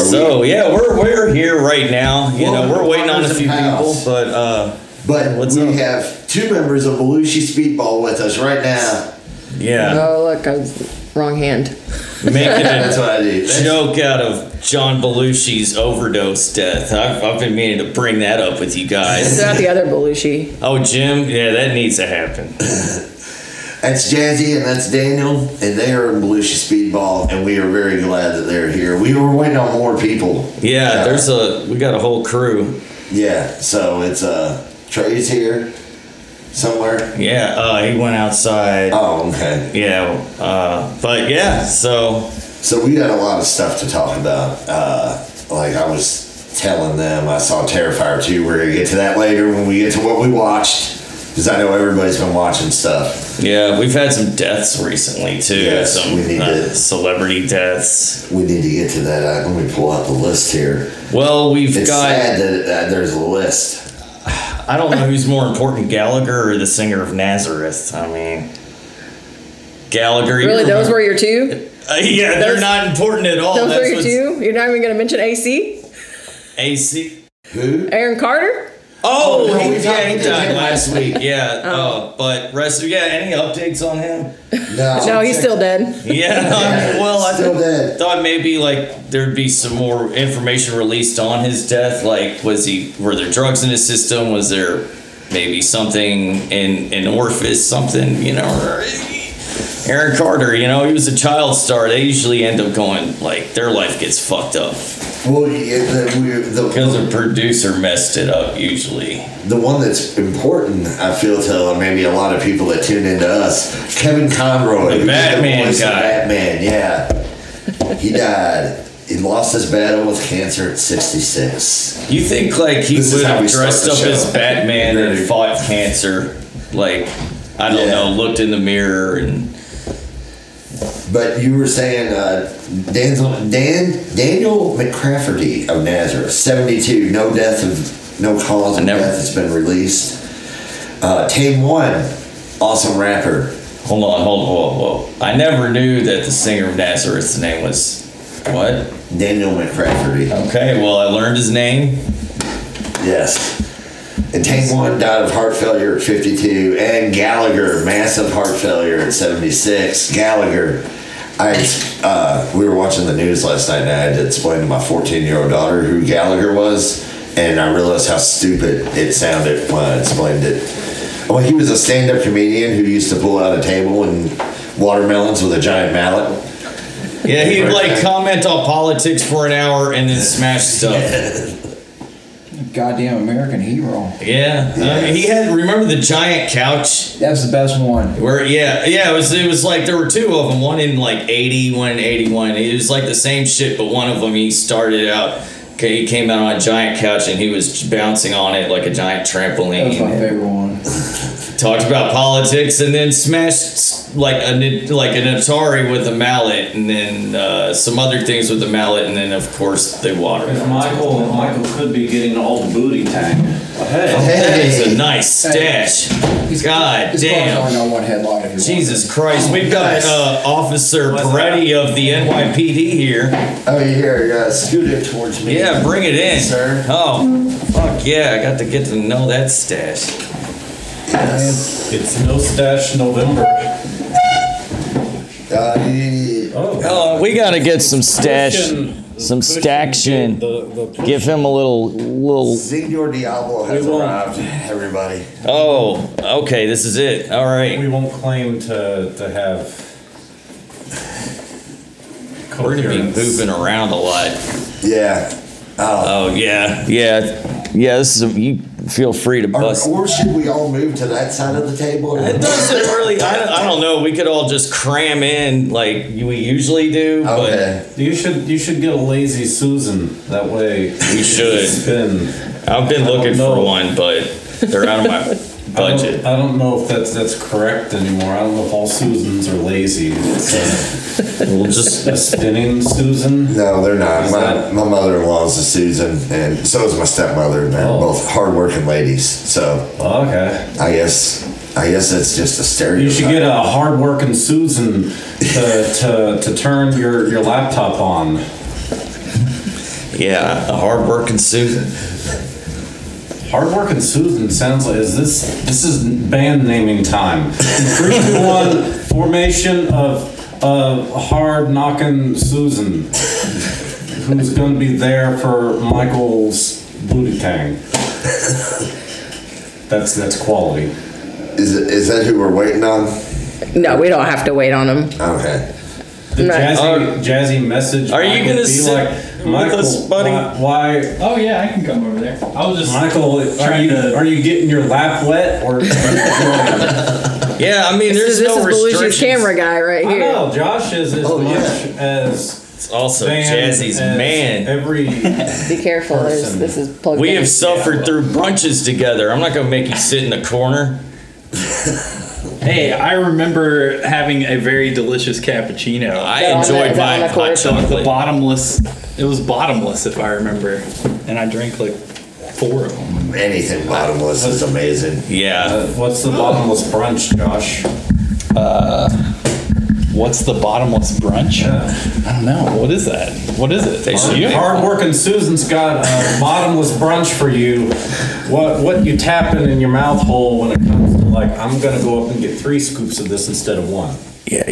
So yeah, we're we're here right now. You know, Welcome we're to waiting on a Wonders few of people, House. but uh, But What's we up? have two members of Belushi Speedball with us right now. yeah, Oh, look, I was wrong hand. making That's a what I do. That's- joke out of John Belushi's overdose death. I've, I've been meaning to bring that up with you Is guys. that the other Belushi? Oh, Jim, yeah, that needs to happen. That's Jazzy and that's Daniel, and they are in Belushi Speedball, and we are very glad that they're here. We were waiting on more people. Yeah, there's a we got a whole crew. Yeah, so it's uh Trey's here somewhere. Yeah, uh, he went outside. Oh, okay. Yeah, uh, but yeah, so So we got a lot of stuff to talk about. Uh, like I was telling them, I saw Terrifier 2. We're gonna get to that later when we get to what we watched, because I know everybody's been watching stuff. yeah, we've had some deaths recently too. Yes, some we need uh, to- celebrity deaths. We need to get to that. Uh, Let me pull out the list here. Well, we've It's got. sad that uh, there's a list. I don't know who's more important, Gallagher or the singer of Nazareth. I mean, Gallagher. you Really, those remember- were your two? Uh, yeah, they're those- not important at all. Those were your what's- two? You're not even going to mention AC? AC. Who? Aaron Carter? Oh, no, he, we yeah, he talked about died him last last week. Yeah. Oh, but rest. Yeah. Any updates on him? No. No, he's still dead. Yeah. I mean, well, I Still thought- dead. thought maybe like there'd be some more information released on his death. Like, was he were there drugs in his system? Was there maybe something in in Orpheus? Something you know. Or, Aaron Carter, you know, he was a child star. They usually end up going like their life gets fucked up Well, yeah, the, because the producer messed it up. Usually, we, the, the one that's important, I feel, to uh, maybe a lot of people that tune into us, Kevin Conroy, The who did Batman voice of guy. Batman, yeah. He died. He lost his battle with cancer at 66. you think like he This is would how have we start dressed the up show. as Batman and Really. fought cancer, like I don't Yeah. know, looked in the mirror and But you were saying uh, Danzel, Dan Daniel McCrafferty of Nazareth, 72, no death of no cause I of never- death has been released. Uh, Tame One, awesome rapper. Hold on, hold on, whoa, whoa. I never knew that the singer of Nazareth's name was what? Daniel McCrafferty. Okay, well I learned his name. Yes. And Tame One died of heart failure at 52, and Gallagher, massive heart failure at 76. Gallagher, I uh, we were watching the news last night, and I had to explain to my 14 year old daughter who Gallagher was, and I realized how stupid it sounded when I explained it. Well, he was a stand up comedian who used to pull out a table and watermelons with a giant mallet. Yeah, he'd like comment on politics for an hour and then smash stuff. Goddamn American hero. Yeah. I mean, he had remember the giant couch That's the best one. where yeah, yeah, it was it was like there were two of them, one in like 80, one in 81. It was like the same shit, but one of them he started out Okay, he came out on a giant couch and he was bouncing on it like a giant trampoline. That was my favorite one. talked about politics and then smashed like an like an Atari with a mallet and then uh, some other things with the mallet and then of course the water. Because Michael, Michael could be getting all the booty tang. Hey, That is Hey. a nice stash. God His car's damn. only on one headlight if you want. Jesus Christ, we've got uh, Officer Peretti of the NYPD here. Oh, here, uh, scoot it towards me. Yeah, bring it in. Sir. Oh, fuck yeah, I got to get to know that stash. Yes. It's no stash November. Uh, yeah. Oh, we gotta get some Cushion- cushion, the- the- Give him a little little Senor Diablo has We won't. arrived, everybody. Oh, okay, this is it. All right. We won't claim to, to have. We're gonna be coherence. moving around a lot. Yeah. Oh yeah, yeah, yeah. This is a, you feel free to Or, bust. or should we all move to that side of the table? It doesn't really. I don't, I don't know. We could all just cram in like we usually do, Okay. You should you should get a lazy Susan. That way but we should. spin. I've been looking for know. one, but they're out of my I don't- budget. I don't know if that's that's correct anymore. I don't know if all Susans are lazy. It's We'll just. a, a spinning Susan. No, they're not. Is My, that- my mother in law is a Susan, and so is my stepmother, and they're Oh. both hardworking ladies. So Okay. I guess I guess it's just a stereotype. You should get a hardworking Susan to, to, to turn your, your laptop on. Yeah, a hardworking Susan. Hardworking Susan sounds like is this this is band naming time. Three, two, one. Formation of of hard knocking Susan, who's gonna be there for Michael's booty tang. That's that's quality. Is, it, is that who we're waiting on? No, we don't have to wait on him. Okay. The Right. jazzy, jazzy message. Are you Michael gonna be sit like, with us, buddy?" Why, why Oh yeah, I can come over there. I was just Michael? Are Trying you to- are you getting your lap wet or? Are you Yeah, I mean, This there's is, this no is Belushi's restrictions. camera guy right I here. know Josh is as yeah. much as It's also band Jazzy's as man. Every Be careful. There's, Person. this is plugged We in. have suffered through brunches together. I'm not gonna make you sit in the corner. hey, I remember having a very delicious cappuccino. I Is that on the- enjoyed is that my on the hot cord? the chocolate. bottomless. It was bottomless, if I remember, and I drank like four of them. Uh, Anything bottomless is amazing. Yeah, What's the bottomless brunch, Josh? What's the bottomless brunch? I don't know. What is that? What is it? Uh, They should- You- Hardworking Susan's got a bottomless brunch for you. What what you tapping in your mouth hole when it comes to like I'm gonna go up and get three scoops of this instead of one. Yeah.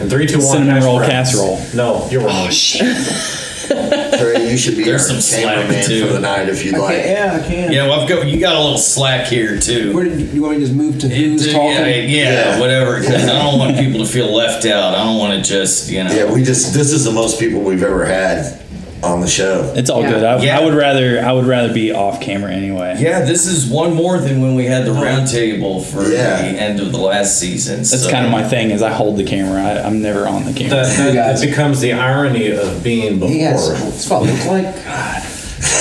And three, two, one. Cinnamon hash roll browns. casserole. No, you're wrong. Trey, you should be There's our some slack, cameraman too. for the night if you'd like. Yeah, I can. yeah. Well, I've got you got a little slack here too. Where did you, you want me to just move to Yeah, who's talking? yeah, Yeah. whatever. 'cause I don't want people to feel left out. I don't want to just you know. Yeah, we just, this is the most people we've ever had on the show. It's all good. I, Yeah. I would rather I would rather be off camera anyway. Yeah, this is one more than when we had the round table for Uh-huh. Yeah. the end of the last season. That's so- kind of my thing. Is I hold the camera. I, I'm never on the camera. That, that, guys. that becomes the irony of being before. He has. That's what it looks like.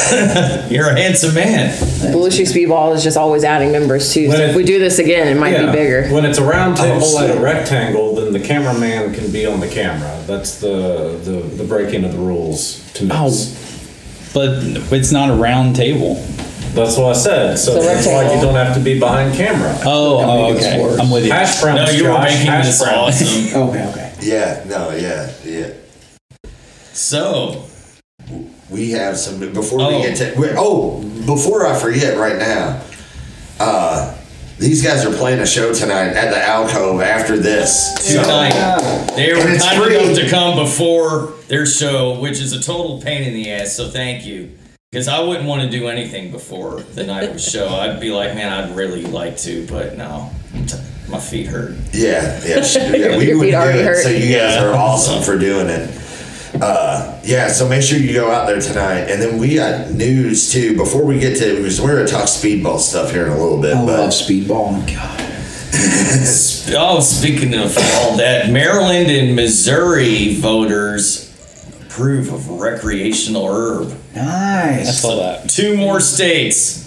You're a handsome man. Belushi Speedball is just always adding members too. So But if if- we do this again, it might Yeah. be bigger. When it's a round table Oh, and shit. a rectangle, then the cameraman can be on the camera. That's the the, the breaking of the rules to me. Oh. but it's not a round table. That's what I said. So It's a that's why you rectangle. don't have to be behind camera. Oh, Don't oh, make it okay. worse. I'm with you. Hash browns, No, you were Josh, making hash this browns. awesome. Okay, okay. Yeah, no, yeah, yeah. So, We have some before Oh. we get to. we oh, before I forget, right now, uh, these guys are playing a show tonight at the alcove after this. So, tonight, they were And it's kind free. enough to come before their show, which is a total pain in the ass. So thank you, because I wouldn't want to do anything before the night of the show. I'd be like, man, I'd really like to, but no, I'm t- my feet hurt. yeah, yeah, sh- yeah, we Your would feet do already it. hurt. So you guys are awesome for doing it. Uh, yeah, so make sure you go out there tonight, and then we got news too. Before we get to, because we're gonna talk speedball stuff here in a little bit, I love but speedballing. God. Sp- Oh, speaking of all that, Maryland and Missouri voters approve of recreational herb. I Nice. saw that. Two more states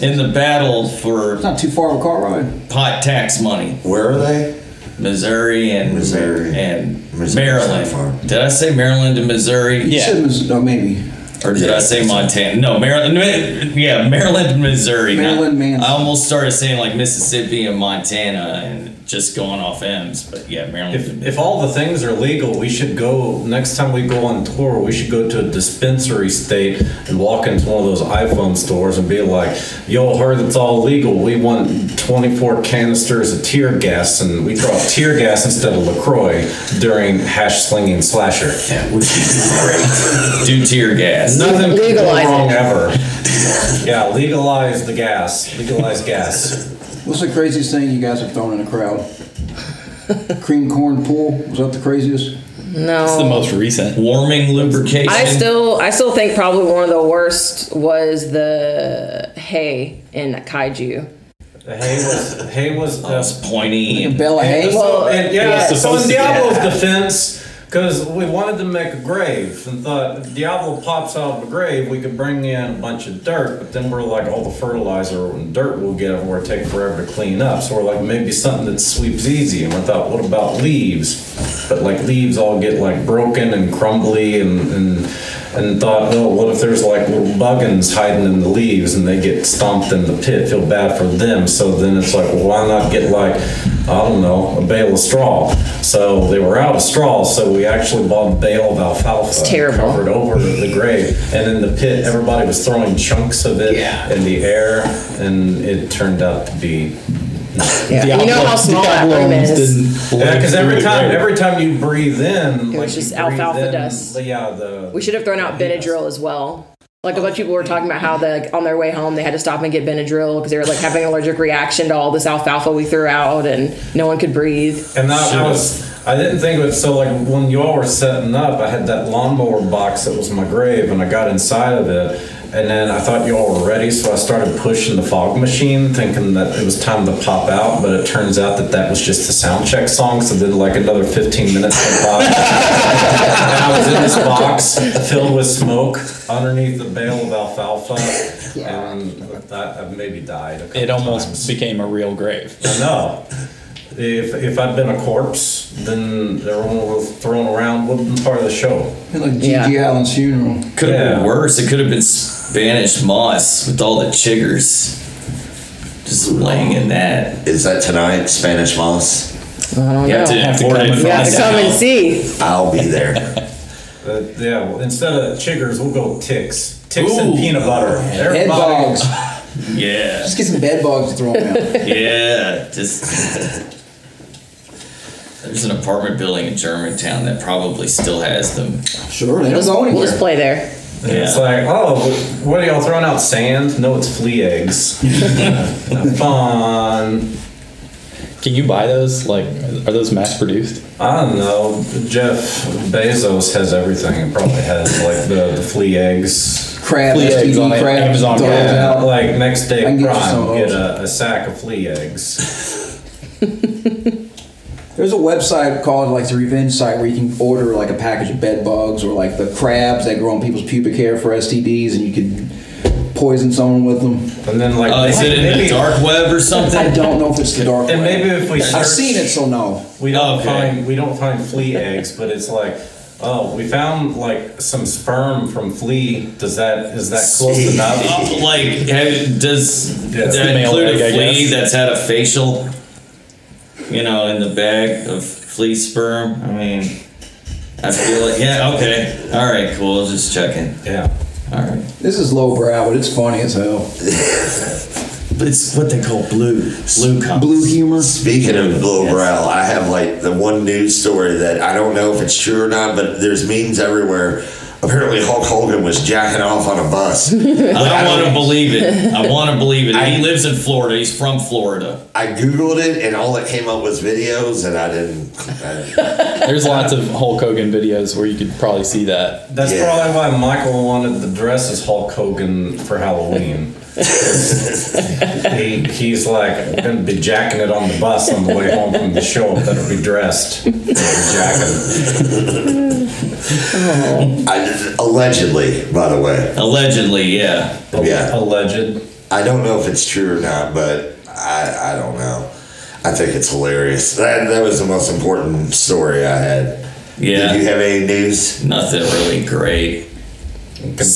in the battle for Not too far of a car ride. pot tax money. where are they? Missouri and Missouri. and Missouri's not far. Maryland. Did I say Maryland and Missouri? Yeah. Should was, oh, maybe. Or did I say Montana? No, Maryland. Ma- Yeah, Maryland and Missouri. not- Maryland, man. I almost started saying like Mississippi and Montana and just going off M's, but yeah, Maryland. and If, if all the things are legal, we should go, next time we go on tour, we should go to a dispensary state and walk into one of those iPhone stores and be like, yo, heard it's all legal. We want 24 canisters of tear gas and we throw out tear gas instead of LaCroix during hash slinging slasher. do tear gas. Nothing could go Legalize it. wrong ever. Yeah, legalize the gas. Legalize gas. What's the craziest thing you guys have thrown in a crowd? Cream corn pool. Was that the craziest? No. It's the most recent. Warming lubrication. I still I still think probably one of the worst was the hay in Kaiju. The hay was, hay was, uh, That's pointy. and- Bella Hay. Well, So, and, yeah, was so in supposed to- Diablo's defense, because we wanted to make a grave and thought if Diablo pops out of a grave, we could bring in a bunch of dirt, but then we're like, all the fertilizer and dirt we'll get everywhere take forever to clean up. So we're like, maybe something that sweeps easy. And we thought, what about leaves? But like leaves all get like broken and crumbly and, and and thought, oh, what if there's like little buggins hiding in the leaves and they get stomped in the pit? Feel bad for them. So then it's like, well, why not get like, I don't know, a bale of straw? So they were out of straw, so we actually bought a bale of alfalfa. It's terrible. Covered over the grave, and in the pit, everybody was throwing chunks of it Yeah. in the air, and it turned out to be Yeah. you know how small that room is. yeah, because every time, every time you breathe in, It was like, you just breathe alfalfa in- dust. Yeah, the We should have thrown out Benadryl as well. Like a bunch of people were talking about how the on their way home they had to stop and get Benadryl because they were like having an allergic reaction to all this alfalfa we threw out and no one could breathe. and that was. I didn't think of it. So like when you all were setting up, I had that lawnmower box that was my grave, and I got inside of it. And then I thought you all were ready, so I started pushing the fog machine, thinking that it was time to pop out. But it turns out that that was just the sound check song. So then, like another 15 minutes went by. And I was in this box filled with smoke underneath the bale of alfalfa, and that I maybe died. A couple It almost times. became a real grave. I know. If if I'd been a corpse, then everyone was thrown around. Wasn't part of the show. Like G.G. Yeah. Allen's funeral. Could have Yeah. been worse. It could have been Spanish moss with all the chiggers just laying in that. Is that tonight, Spanish Moss? I don't You have to know. Have to import come it and from You have the to come and south. see. I'll be there. Uh, yeah. Well, instead of chiggers, we'll go ticks. Ticks and Ooh. peanut butter. Bed Everybody. bugs. Yeah, Let's get some bed bugs to throw them out. yeah. Just there's an apartment building in Germantown that probably still has them. Sure, they don't go We'll just anywhere. play there. And It's like, oh, what are y'all throwing out sand? No, it's flea eggs. Fun. Can you buy those? Like, are those mass produced? I don't know. Jeff Bezos has everything. He probably has like the, the flea eggs. Crab, Flea eggs on STD it, crab. Amazon throw crab. those Yeah, out. like next day I can prime, get you some of get those. a, a sack of flea eggs. There's a website called like the Revenge site where you can order like a package of bed bugs or like the crabs that grow on people's pubic hair for STDs, and you can poison someone with them. And then like Oh, is it in maybe, the dark web or I something? don't know if it's the dark. And web. maybe if we search, I've seen it, so no. we don't Okay. find we don't find flea eggs, but it's like. Oh, we found like some sperm from flea. Does that is that close enough? Oh, like, have, does Yeah, it's the that male include a egg, I flea that's guess. had a facial? You know, in the bag of flea sperm. I mean, I feel like yeah. Okay, all right, cool. Just checking. Yeah. All right, This is lowbrow, but it's funny as hell. but it's what they call blue blue cops. Blue humor. Speaking of Blue Brow, I have like the one news story that I don't know if it's true or not, but there's memes everywhere. Apparently, Hulk Hogan was jacking off on a bus. I don't want to believe it. I want to believe it. I- He lives in Florida. He's from Florida. I googled it, and all that came up was videos, and I didn't. I, There's lots of Hulk Hogan videos where you could probably see that. That's Yeah. probably why Michael wanted the dress as Hulk Hogan for Halloween. he, he's like, I'm gonna be jacking it on the bus on the way home from the show. Better be dressed. Better be jacking. I allegedly, by the way, Allegedly, yeah. Yeah. Alleged. I don't know if it's true or not, but I I don't know. I think it's hilarious. That that was the most important story I had. Did you Yeah. have any news? Nothing really great. We can,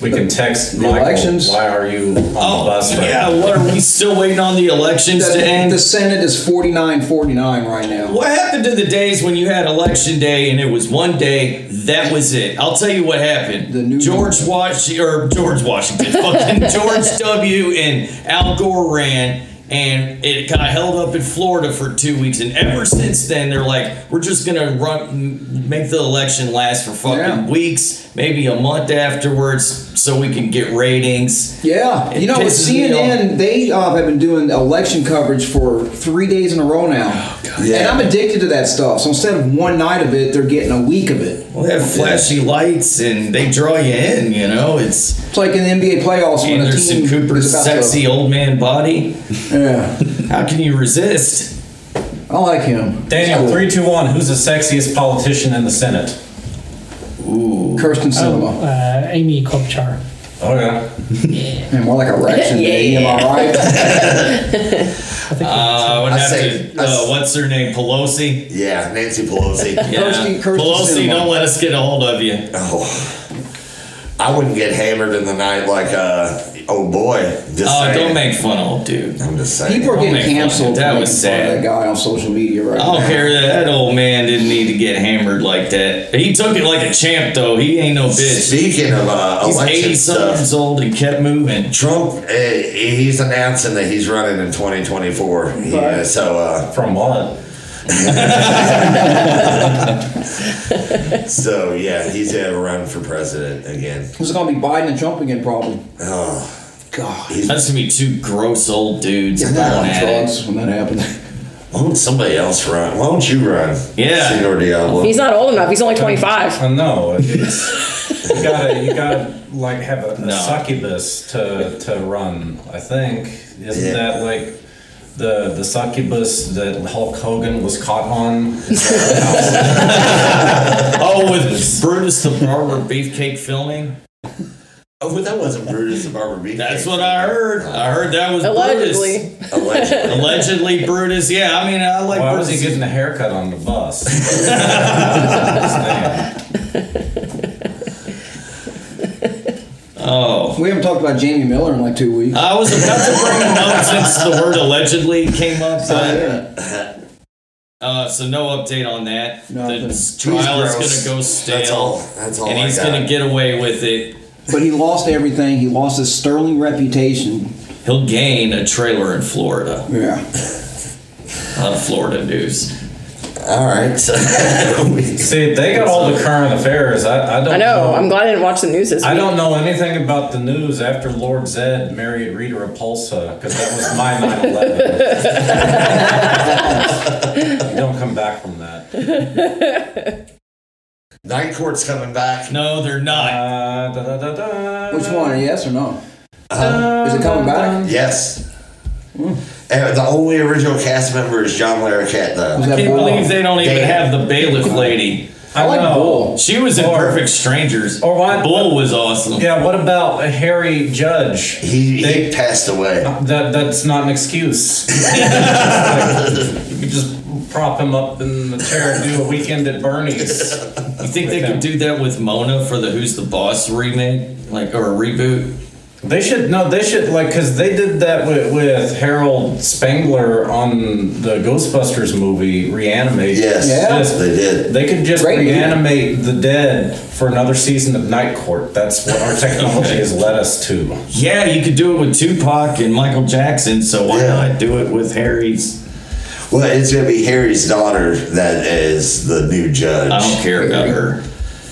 we can text The Michael. elections? Why are you on the bus? right yeah. What are we still waiting on the elections to The, end? the Senate is 49-49 right now. What happened to the days when you had election day and it was one day? That was it. I'll tell you what happened. The new- George Washington or George Washington, fucking George W. and Al Gore ran, and it got held up in Florida for two weeks. And ever since then, they're like, we're just gonna run, make the election last for fucking Yeah. weeks, maybe a month afterwards, so we can get ratings. Yeah, It you know pisses me CNN. They uh, have been doing election coverage for three days in a row now, Oh, and Yeah. I'm addicted to that stuff. So instead of one night of it, they're getting a week of it. Well, they have flashy lights and they draw you in. You know, it's It's like in the NBA playoffs when a Anderson team Cooper's is about to- sexy old man body. yeah, How can you resist? I like him. Daniel, He's three, two, one. Who's the sexiest politician in the Senate? cool. Oh. Kirsten Cinema, uh, Amy Klobuchar. Okay. and more like a reaction Yeah. day. Am I right? I think Uh, I would I have say- to. uh, what's her name? Pelosi. Yeah, Nancy Pelosi. Yeah. Kirsty- Kirsten Pelosi, Sinema. don't let us get a hold of you. Oh, I wouldn't get hammered in the night like, uh, oh boy. Just Oh, saying. don't make fun of old dude. I'm just saying. People are Don't getting make fun of canceled. it. Oh, That for was making fun of sad. That guy on social media right I don't now. care that that old man didn't need to get hammered like that. He took it like a champ though. He ain't no bitch. Speaking of uh, He's election eighty some stuff, years old and kept moving. Trump, uh, he's announcing that he's running in 2024. Yeah, so uh, From what? so yeah, he's gonna run for president again. It's gonna be Biden and Trump again, probably. Oh, God, he's That's gonna be two gross old dudes I'm going on at it. drugs when that happens. why don't somebody else run? Why don't you run? Yeah. Senor Diablo. He's not old enough. He's only 25. I know. Uh, It's, you gotta, you gotta like have a, a No. succubus to to run. I think isn't Yeah. that like the the succubus that Hulk Hogan was caught on? Is that how- Oh, with Brutus the Barber Beefcake filming. oh, but that wasn't Brutus the Barber Beefcake. That's what I heard. I heard that was Brutus. Allegedly. Allegedly. Allegedly Brutus. Yeah, I mean, I like Why was Brutus. he getting a haircut on the bus? oh. We haven't talked about Jamie Miller in like two weeks. I was about to bring him up since the word allegedly came up, but yeah. uh, so no update on that. No, the but- trial is He's gross. gonna go stale, That's all. That's all. and I he's got. gonna get away with it. But he lost everything. He lost his sterling reputation. He'll gain a trailer in Florida. Yeah. Uh, Florida news. All right. So See, they got all the current affairs. I, I don't I know. I'm glad I didn't watch the news this I week. don't know anything about the news after Lord Zed married Rita Repulsa because that was my 9 11. you don't come back from that. Night Court's coming back. No, they're not. Uh, da, da, da, da. Which one? Yes or no? Uh, Is it coming back? Yes. Hmm. And the only original cast member is John Larroquette, though. Was that Can't Bull? believe they don't even Damn. have the bailiff lady. I like know. Bull. She was in Or- Perfect Strangers. or what- Bull was awesome. Yeah, what about a Harry Judge? He, They- he passed away. Oh. that that's not an excuse. you could just prop him up in the chair and do a weekend at Bernie's. You think they could do that with Mona for the Who's the Boss remake, like or reboot? They should no, they should like because they did that with, with Harold Spangler on the Ghostbusters movie Reanimate. Yes, Yeah. Just- they did. They could just Great movie. reanimate the dead for another season of Night Court. That's what our technology has led us to. Yeah, you could do it with Tupac and Michael Jackson, so why Yeah. not do it with Harry's? Well, it's gonna be Harry's daughter that is the new judge. I don't care about her.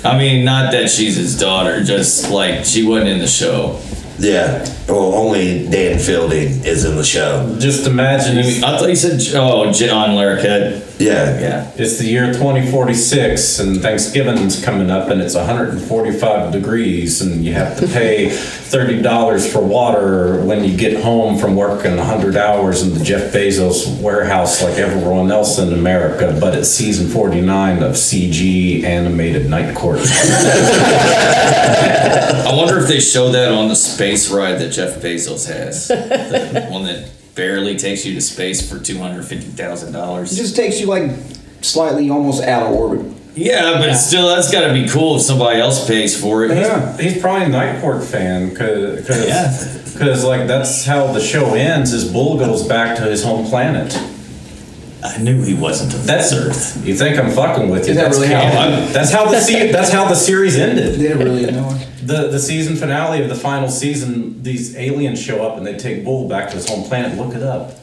I mean, not that she's his daughter, just like she wasn't in the show. Yeah. Well, only Dan Fielding is in the show. Just imagine I if- thought you said, oh, John Larroquette. Yeah. Yeah. It's the year 2046, and Thanksgiving's coming up, and it's 145 degrees, and you have to pay $30 for water when you get home from working 100 hours in the Jeff Bezos warehouse like everyone else in America. But it's season 49 of CG animated Night Court. I wonder if they show that on the space ride that Jeff Bezos has. the one that barely takes you to space for It $250,000. just takes you like slightly almost out of orbit. Yeah, but still, that's got to be cool if somebody else pays for it. Yeah, he's probably a Night Court fan because Yeah. like that's how the show ends. Is Bull goes back to his home planet. I knew he wasn't a That's Earth. You think I'm fucking with you? Is that That's really how- canon. That's how the se- that's how the series ended. Did it really annoy? The the season finale of the final season, these aliens show up and they take Bull back to his home planet. Look it up.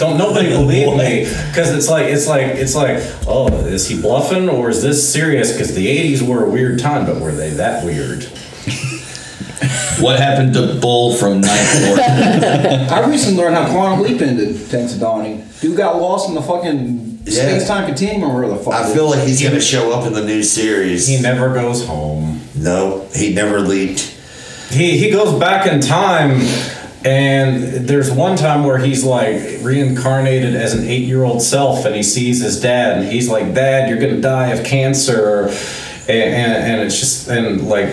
Don't nobody believe me because it's like it's like it's like oh is he bluffing or is this serious? Because the '80s were a weird time, but were they that weird? What happened to Bull from Night Court? I recently learned how quantum leap ended. Thanks to Donnie. Dude got lost in the fucking Yeah. space time continuum or whatever the fuck. it I is. feel like he's gonna show up in the new series. He never goes home. no, he never leaped. he he goes back in time and there's one time where he's like reincarnated as an eight-year-old self and he sees his dad and he's like dad you're gonna die of cancer And, and, and it's just, and like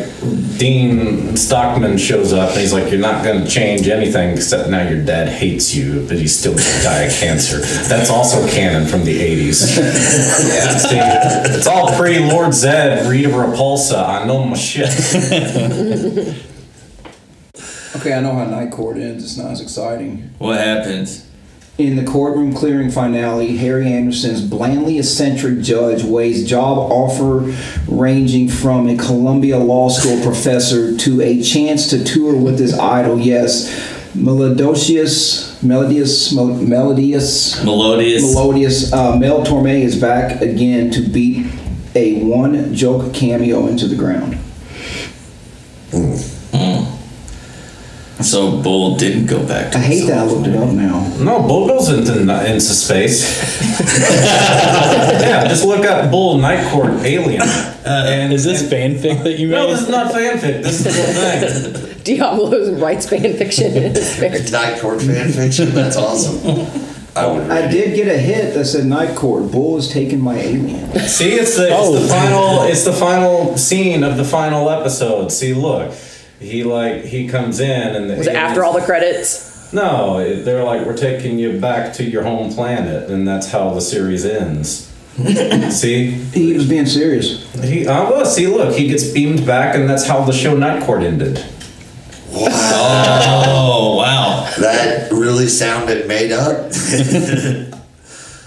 Dean Stockman shows up and he's like, You're not going to change anything except now your dad hates you, but he's still going to die of cancer. That's also canon from the 80s. See, it's all pre Lord Zed, Rita Repulsa. I know my shit. Okay, I know how night court ends. It's not as exciting. What happens? In the courtroom clearing finale, Harry Anderson's blandly eccentric judge weighs job offer ranging from a Columbia Law School professor to a chance to tour with his idol. Yes, Melodicious, Melodious, Mel- Melodious, Melodious. Melodious. Uh, Mel Torme is back again to beat a one joke cameo into the ground. so Bull didn't go back to I hate that I looked it up now. No, Bull goes into into space. yeah, just look up Bull Night Court Alien. and Is this fanfic that you made? No, this is not fanfic. This is the thing. Diablo writes fan fiction in his spare time. Night Court fan fiction. That's awesome. I would read I did get a hit that said Night Court. Bull is taking my alien. See, it's the, it's Oh. the final it's the final scene of the final episode. See, look. He like he comes in and the Was it after all the credits? No, it- they're like we're taking you back to your home planet and that's how the series ends. See? He was being serious. He I was see look, he gets beamed back and that's how the show Night Court ended. Oh wow! That really sounded made up.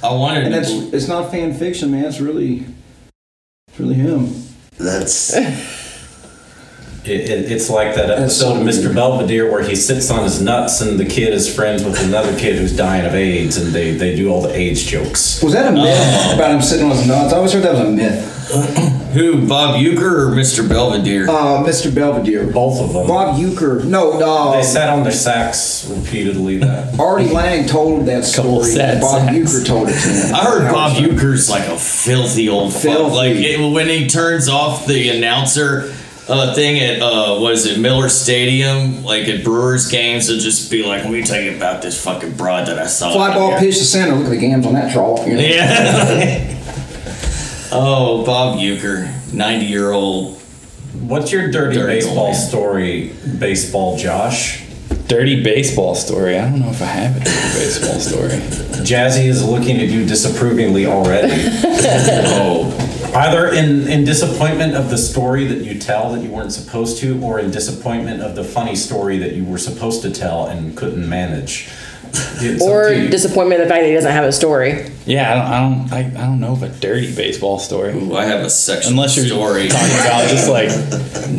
I wanted And to. that's believe- it's not fan fiction, man. It's really it's really him. That's It, it, it's like that That's episode of so Mr. weird. Belvedere where he sits on his nuts and the kid is friends with another kid who's dying of AIDS and they, they do all the AIDS jokes. Was that a myth about him sitting on his nuts? I always heard that was a myth. Who? Bob Euchre or Mr. Belvedere? Uh, Mr. Belvedere. Both of them. Bob Euchre. No, They no. sat on their sacks repeatedly. That Artie Lang told that Couple story. sad Bob sacks. Euchre told it to him. I heard Bob Euchre. Euchre's like a filthy old fuck. Filthy. Like it, when he turns off the announcer uh, thing at uh, what is it Miller Stadium, like at Brewers games, it'll just be like, "Let me tell you about this fucking broad that I saw." Fly out ball here." pitch to center. Look at the games on that draw. You know? Yeah. oh, Bob Euchre, ninety-year-old. what's your dirty, Dirty baseball old man. story, baseball Josh? Dirty baseball story. I don't know if I have a dirty baseball story. Jazzy is looking at you disapprovingly already. Oh, Either in, in disappointment of the story that you tell that you weren't supposed to, or in disappointment of the funny story that you were supposed to tell and couldn't manage. It's up Or to you. disappointment in the fact that he doesn't have a story. Yeah, I don't, I don't, I, I don't know of a dirty baseball story. Ooh, I have a sexual Unless you're story. talking about just like,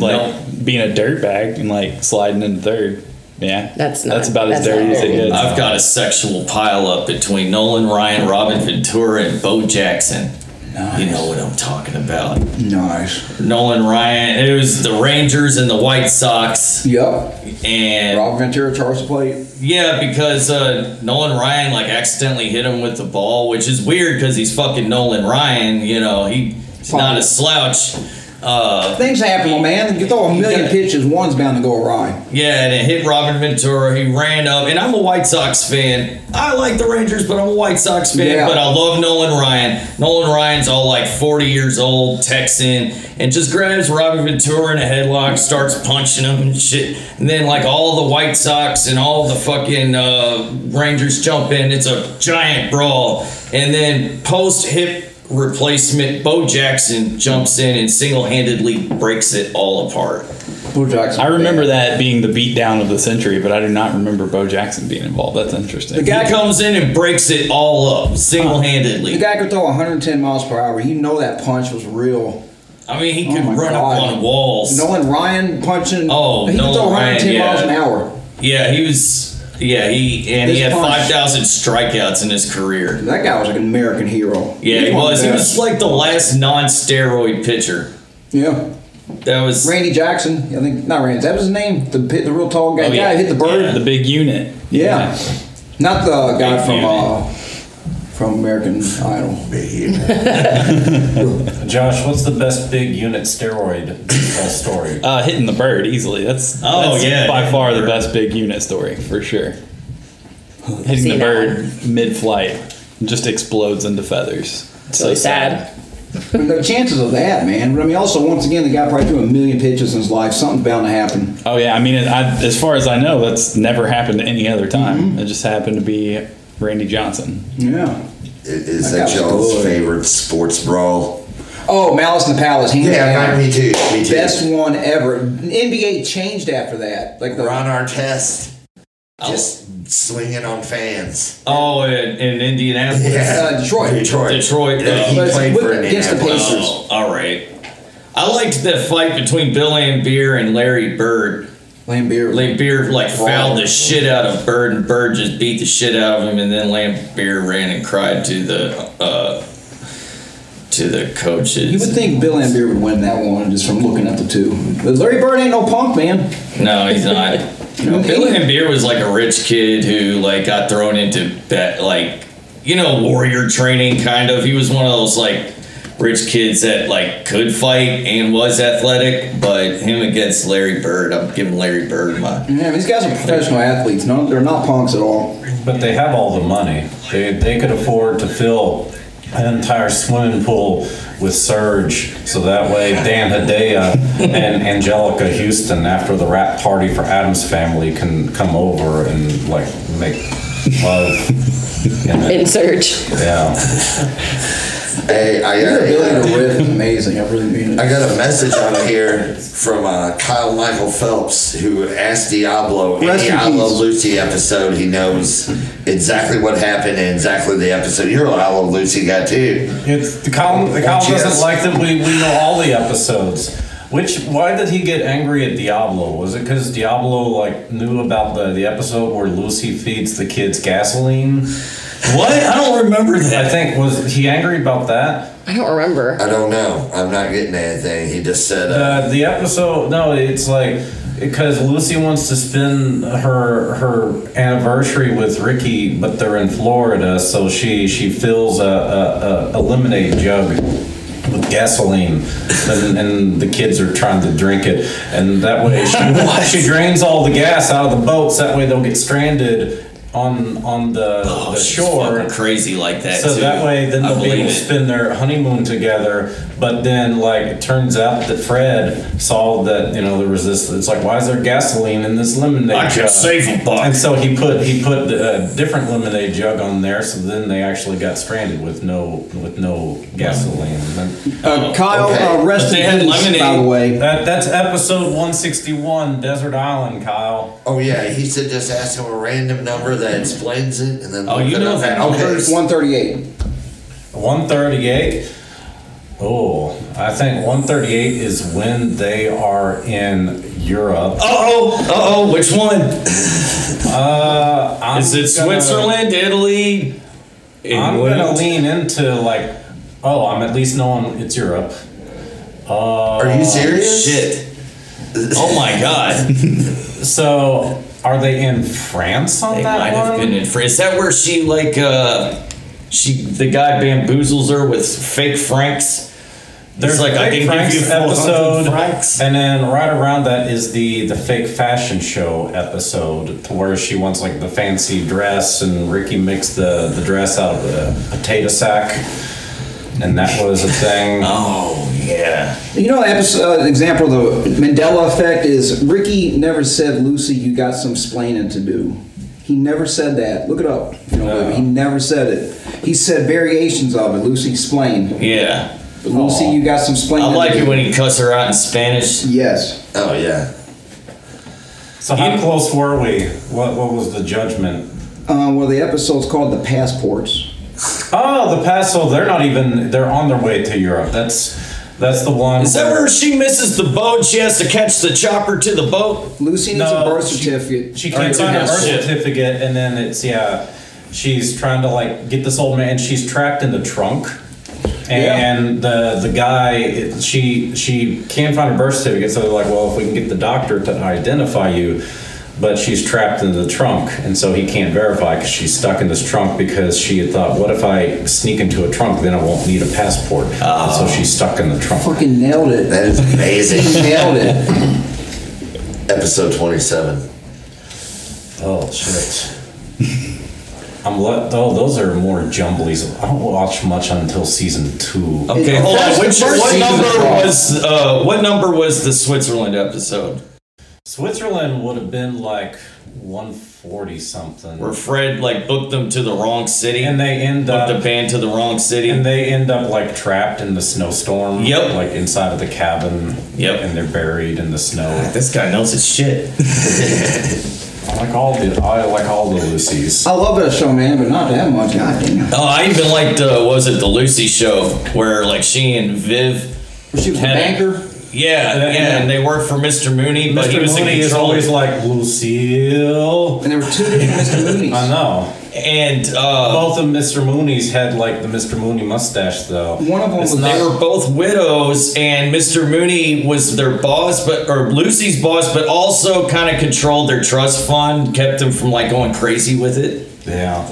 like No. being a dirtbag and like sliding into third. Yeah, That's not- that's about as that's not dirty as it dirty. gets. I've got a sexual pileup between Nolan Ryan, Robin Ventura, and Bo Jackson. You know what I'm talking about. Nice. Nolan Ryan. It was the Rangers and the White Sox, Yep. and Rob Ventura charged the plate. yeah, because uh, Nolan Ryan like accidentally hit him with the ball, which is weird because he's fucking Nolan Ryan. You know, he's not a slouch. Uh, Things happen, my man. You throw a million pitches, one's bound to go awry. yeah, and it hit Robin Ventura. He ran up, and I'm a White Sox fan. I like the Rangers, but I'm a White Sox fan. Yeah. But I love Nolan Ryan. Nolan Ryan's all like 40 years old, Texan, and just grabs Robin Ventura in a headlock, starts punching him and shit. And then like all the White Sox and all the fucking uh, Rangers jump in. It's a giant brawl. And then post hip replacement, Bo Jackson jumps in and single handedly breaks it all apart. Bo Jackson. I remember that being the beatdown of the century, but I do not remember Bo Jackson being involved. That's interesting. Guy comes in and breaks it all up single handedly. The guy could throw 110 miles per hour. You know that punch was real. I mean, he Oh could my run God. up on walls. Nolan Ryan punching. Oh, he Nolan could throw Ryan, 110 miles yeah. an hour. Yeah, he was. Yeah, he and he His had punch. five thousand strikeouts in his career. That guy was like an American hero. Yeah, he one of was. the He was best. like the last non-steroid pitcher. yeah. That was. Randy Jackson, I think not Randy. That was his name. The pit, the real tall guy. Oh, yeah. Guy hit the bird. The big unit. Yeah. Not the guy Big from dude. uh, from American Idol. Josh, what's the best big unit steroid baseball story? Uh, hitting the bird easily. That's Oh, that's yeah, by hitting far the the bird. best big unit story for sure. Hitting seen the that bird mid-flight just explodes into feathers. It's really sad. the chances of that, man. But I mean, also once again, the guy probably threw a million pitches in his life. Something's bound to happen. Oh yeah, I mean, it, I, as far as I know, that's never happened any other time. Mm-hmm. It just happened to be Randy Johnson. Yeah. Is I that got y'all's good. favorite sports brawl? Oh, Malice in the Palace, hands Yeah, down. me too. Me too. Best one ever. NBA changed after that. Like the Ron Artest Oh. just swinging on fans. Oh, in, in Indianapolis. Uh, Detroit. Detroit. Detroit, Yeah, he though. But played with- for against the Indianapolis. Pacers. Oh, all right. I liked that fight between Bill Lambier and Larry Bird. Lambeer. Lambier like fouled the shit out of Bird, and Bird just beat the shit out of him, and then Lambier ran and cried to the uh, to the coaches. You would think Bill Lambeer would win that one just from looking at the two. But Larry Bird ain't no punk, man. No, he's not. no, Bill Lambier was like a rich kid who like got thrown into that like you know warrior training kind of. He was one of those like rich kids that like could fight and was athletic, but him against Larry Bird, I'm giving Larry Bird my. Yeah, these guys are professional athletes. No, they're not punks at all. But they have all the money. They, they could afford to fill an entire swimming pool with Surge. So that way, Dan Hedaya and Angelica Houston, after the rap party for Adam's family, can come over and like make love. in it. in search. yeah. Hey, I uh, Their got, ability to riff is amazing. I really mean it. I got a message on here from uh, Kyle Michael Phelps who asked Diablo Rest any in I Love peace. Lucy episode. He knows exactly what happened and exactly the episode. You're an I Love Lucy guy too. It's, the column, the column Yes. doesn't like that we, we know all the episodes. Which why did he get angry at Diablo? Was it because Diablo like knew about the, the episode where Lucy feeds the kids gasoline? What? I don't remember that. I think was he angry about that? I don't remember. I don't know. I'm not getting anything. He just said, uh, Uh, the episode no, it's like because Lucy wants to spend her her anniversary with Ricky, but they're in Florida, so she she fills a a, a, a lemonade jug with gasoline, and, and the kids are trying to drink it, and that way she, she drains all the gas out of the boats. That way they'll get stranded on on the, Oh, the she's shore. fucking crazy like that. So too. that way, then I they'll be believe able to it. spend their honeymoon together. But then, like, it turns out that Fred saw that you know there was this. It's like, why is there gasoline in this lemonade? I can jug? save a buck. And so he put he put a different lemonade jug on there. So then they actually got stranded with no with no gasoline. Uh, Kyle, Okay. uh, rest But they in had peace, lemonade. by the way. That that's episode one sixty one, Desert Island, Kyle. "Oh yeah." He said, "Just ask him a random number that explains it." And then Oh, you look it know up. that. Okay. 138. One thirty eight. Oh, I think one thirty eight is when they are in Europe. Uh oh. Uh oh. Which one? Uh, I'm Is it gonna- Switzerland, Italy? and I'm what gonna else? lean into like, oh, I'm at least knowing it's Europe. Are you serious? Shit. Oh my god. So, are they in France on They that might one? have been in France. Is that where she like uh she the guy bamboozles her with fake francs? There's He's like I Fake can Frank's give you 400 episode, francs. and then right around that is the the fake fashion show episode, to where she wants like the fancy dress, and Ricky makes the the dress out of a potato sack, and that was a thing. Oh yeah. You know, an episode, an example of the Mandela effect is Ricky never said, Lucy, you got some splaining to do. He never said that. Look it up. if you don't believe me. He never said it. He said variations of it. Lucy, explain. Yeah. Lucy, you got some I splaining like to it do. when he cuss her out in Spanish. Yes. Oh yeah. So how close were we? What what was the judgment? Uh, well, the episode's called The Passports. Oh, the Paso, they're not even they're on their way to Europe. That's that's the one Is that where she misses the boat? She has to catch the chopper to the boat. Lucy needs a No, birth she- certificate. she can't Or- find a birth Yeah. certificate and then it's yeah, she's trying to like get this old man she's trapped in the trunk. And the the guy it- she she can't find a birth certificate, so they're like, Well, if we can get the doctor to identify you but she's trapped in the trunk, and so he can't verify because she's stuck in this trunk. Because she had thought, "What if I sneak into a trunk? Then I won't need a passport." And so she's stuck in the trunk. Fucking nailed it. That is amazing. nailed it. Episode 27. Oh shit. I'm le- oh, those are more jumblies. I don't watch much until season two. Okay, It- hold that's on. the Which, first what season number drop. was uh, what number was the Switzerland episode Switzerland would have been like 140 something, where Fred like booked them to the wrong city and they end booked the up band to the wrong city? and they end up like trapped in the snowstorm. Yep. like inside of the cabin. Yep. and they're buried in the snow. this guy knows his shit. I like all the I like all the Lucy's. Uh, I love that show, man, but not that much. God damn. Oh, I even liked uh, what was it the Lucy show where like she and Viv. She was a Had it. banker. Yeah, yeah, and they worked for Mr. Mooney, but he Mr. was in Mooney is control. always like Lucille. And there were two different Mr. Moonies. I know. and uh, Both of Mr. Mooney's had like the Mr. Mooney mustache though. One of them It's was- they not- were both widows, and Mr. Mooney was their boss, but or Lucy's boss, but also kind of controlled their trust fund, kept them from like going crazy with it. Yeah.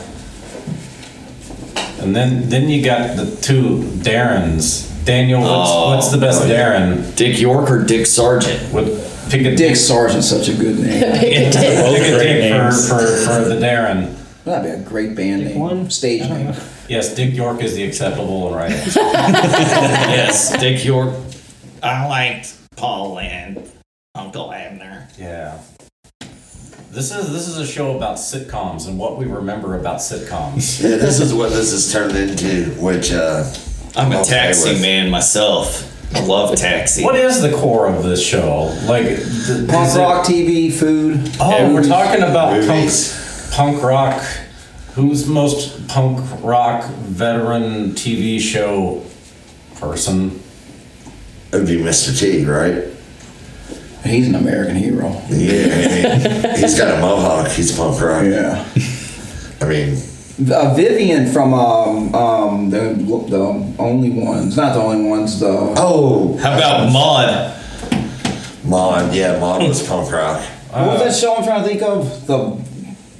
And then then you got the two Darrens. Daniel, what's, Oh. what's the Oh, best Darren? Dick York or Dick Sargent? Would pick a dick, Dick Sargent's such a good name. pick a Great dick for, names. for, for the Darren. That'd be a great band name. one? Stage name. Yes, Dick York is the acceptable one, right? yes, Dick York. I liked Paul and Uncle Abner. yeah. This is this is a show about sitcoms and what we remember about sitcoms. Yeah, this is what this has turned into, which uh, I'm a okay taxi with. man myself. I love taxi. what is the core of this show? Like the, Punk rock, TV, food. Oh, we're talking about punk, Movies. punk rock. Who's the most punk rock veteran TV show person? It would be Mr. T, right? He's an American hero. Yeah, I mean, he's got a mohawk. He's punk rock. Yeah. I mean, Uh, Vivian from um, um, the, the only ones, not the only ones, Uh, the oh, How about Maud? Maud? Yeah, Maud was punk rock. what was that show I'm trying to think of? The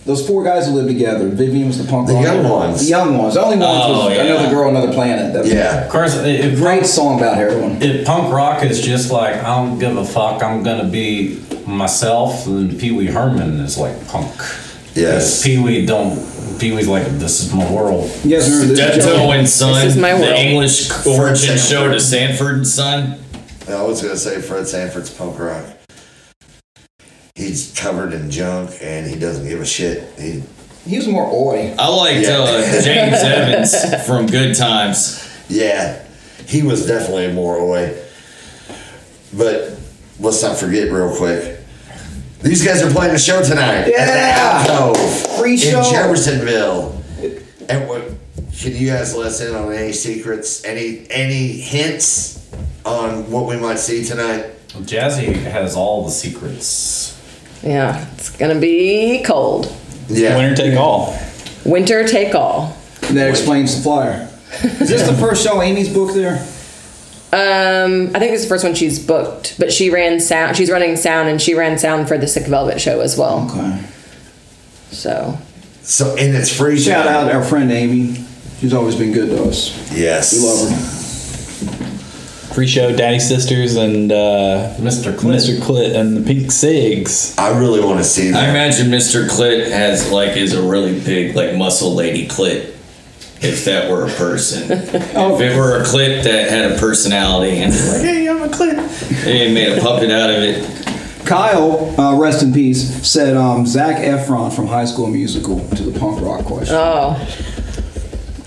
those four guys who lived together. Vivian was the punk. The rock- young ones. The young ones. The only ones Oh, was yeah. another girl, another planet. That was Of Yeah, course, i- a if, Great song about heroin. if punk rock is just like, I don't give a fuck, I'm gonna be myself, then Pee Wee Herman is like punk. Yes. Pee Wee don't, Pee Wee's like, this is my world. You guys remember this Deto joke? and Son, This is my the world. English origin Sanford. show to Sanford and Son. I was gonna say Fred Sanford's punk rock. He's covered in junk and he doesn't give a shit. He, He was more oi. I liked uh, James Evans from Good Times. yeah, he was definitely a Moroi. But let's not forget real quick. These guys are playing a show tonight. Yeah. At the Alcove Free in show. Jeffersonville. And what? Can you guys let us in on any secrets? Any any hints on what we might see tonight? Jazzy has all the secrets. Yeah, it's gonna be cold. Yeah. Winner take all. Winter take all. That explains the flyer. Is this the first show Amy's booked there? Um, I think this is the first one she's booked, but she ran sound. She's running sound, and she ran sound for the Sick Velvet show as well. Okay. So So and it's free. Shout tonight. out our friend Amy. She's always been good to us. Yes. We love her. Pre-show Daddy Sisters and uh, Mr. Clit. Mr. Clit and the Pink Sigs. I really want to see I that. imagine Mr. Clit has like is a really big like muscle lady clit. If that were a person, Oh. if it were a clit that had a personality and it's like, hey, I'm a clit, they made a puppet out of it. Kyle, uh, rest in peace, said um, Zach Efron from High School Musical to the punk rock question. oh,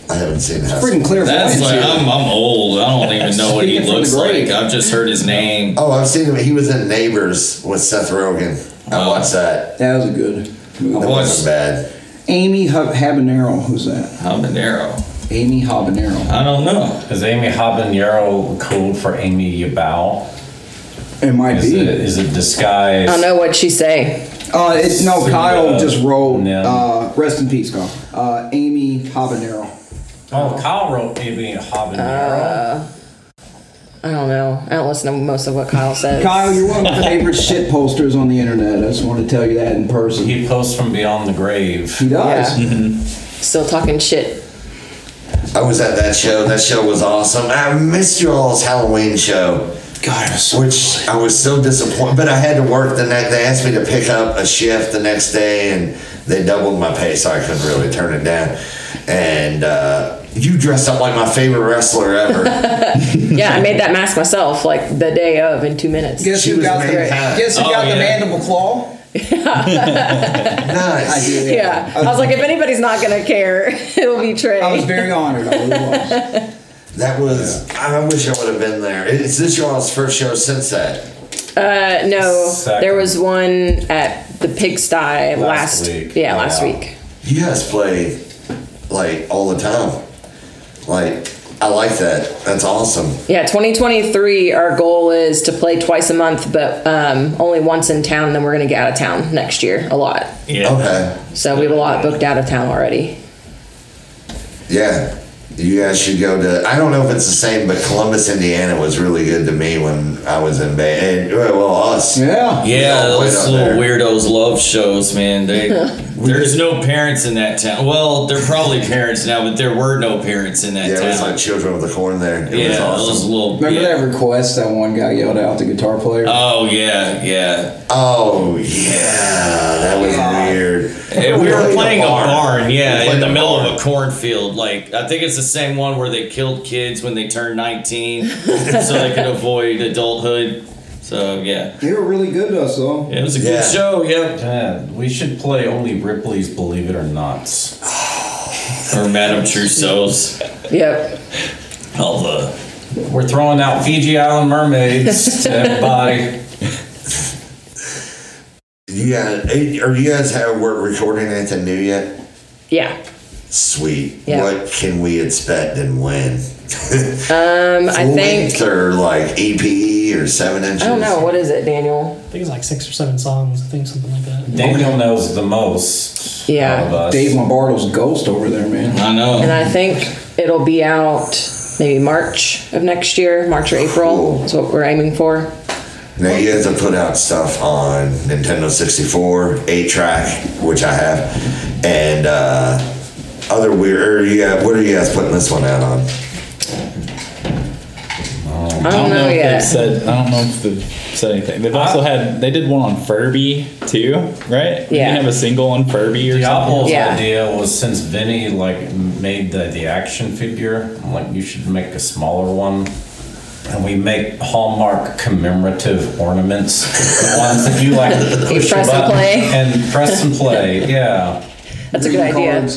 I haven't seen that. Freaking clear That's voice like here. I'm, I'm old. I don't even know what he Speaking from looks the like. grave. I've just heard his name. Oh, I've seen him. He was in Neighbors with Seth Rogen. I watched that. That was a good That movie. What? wasn't bad. Amy Hab- Habanero, who's that? Habanero. Amy Habanero. I don't know. Is Amy Habanero code for Amy Yabao? It might Is be. it, is it disguised? I don't know what she say. Uh, it's, no, Sing Kyle about just rolled. Nim. Uh, rest in peace, Kyle. Uh, Amy Habanero. Oh, Kyle wrote Amy Uh. Habanero. I don't know. I don't listen to most of what Kyle says. Kyle, you're one of my favorite shit posters on the internet. I just want to tell you that in person. He he posts from beyond the grave. does. still talking shit. I was at that show. That show was awesome. I missed you all's Halloween show, God, it was so which I was so disappointed. But I had to work the next. They asked me to pick up a shift the next day, and They doubled my pay, so I couldn't really turn it down. And uh, you dressed up like my favorite wrestler ever. Yeah, I made that mask myself like the day of in two minutes. Guess She who was got the made hot. guess who Oh, got the yeah. mandible claw? I nice. did. Yeah, I was like, if anybody's not gonna care, it'll be Trey. I was very honored. I really was. That was. I wish I would have been there. Is this your all's first show since that? Uh, no, Second. there was one at the pigsty last, Last week. Yeah, last Yeah. week. You guys play like all the time. Like I like that. That's awesome. Yeah, 2023. Our goal is to play twice a month, but um, only once in town. Then we're gonna get out of town next year a lot. Yeah. Okay. So we have a lot booked out of town already. Yeah. You guys should go to. I don't know if it's the same, but Columbus, Indiana was really good to me when I was in Bay. And, well, us. Yeah. Yeah, We all went those on little there. weirdos love shows, man. They there's no parents in that town. Well, there are probably parents now, but there were no parents in that Yeah, it was town. like Children of the Corn there. It was yeah, those awesome. little. Remember yeah. that request that one guy yelled out, the guitar player? Oh yeah, yeah. Oh, yeah. That was weird. And we were playing a barn, We yeah, played in the a middle barn. of a cornfield. Like I think it's the same one where they killed kids when they turned 19, so they could avoid adulthood. So yeah, they were really good to us, though. it was a Yeah. good show. Yeah, Yeah, we should play only Ripley's Believe It or Not. or Madame Trousseau's, Yep. all the We're throwing out Fiji Island mermaids to everybody. You guys, eh, are you guys have we're recording anything new yet? Yeah. Sweet. Yeah. What can we expect and when? Um, I Full think. length or like EP or seven inches? I don't know. What is it, Daniel? I think it's like six or seven songs. I think something like that. Daniel knows the most. Yeah. Of us. Dave Lombardo's ghost over there, man. I know. And I think it'll be out maybe March of next year, March or April. That's what we're aiming for. Now you guys have put out stuff on Nintendo 64, 8 track, which I have, and uh, other weird. Or you guys, what are you guys putting this one out on? I don't, know, if yet. they've said. I don't know if they've said anything. They've also had. They did one on Furby too, right? They Yeah. didn't have a single on Furby or something. Diablo's Yeah. idea was since Vinny like made the, the action figure, I'm like you should make a smaller one. And we make Hallmark commemorative ornaments, the ones that you like push a press and button play. and press and play. Yeah, That's a good idea.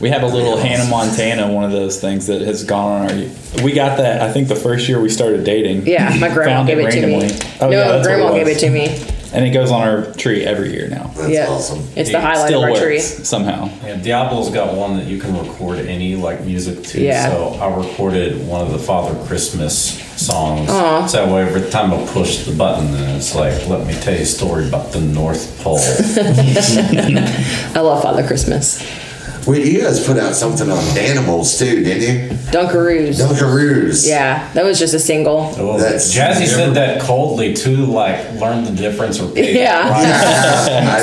We have a little Hannah Montana, one of those things that has gone on our. We got that. I think the first year we started dating. Yeah, my grandma Found gave it, to me. randomly. no, Oh, yeah, that's what grandma was. gave it to me. And it goes on our tree every year now. That's Yeah. awesome. It's It the highlight Still of our works tree. somehow. yeah. Diablo's got one that you can record any like music to. Yeah. So I recorded one of the Father Christmas songs. So that way, every time I push the button, and it's like, let me tell you a story about the North Pole. I love Father Christmas. Wait, you guys put out something on animals too, didn't you? Dunkaroos. Dunkaroos. yeah, that was just a single. Well, That's- Jazzy said that coldly too, like learn the difference or pay. Yeah. I,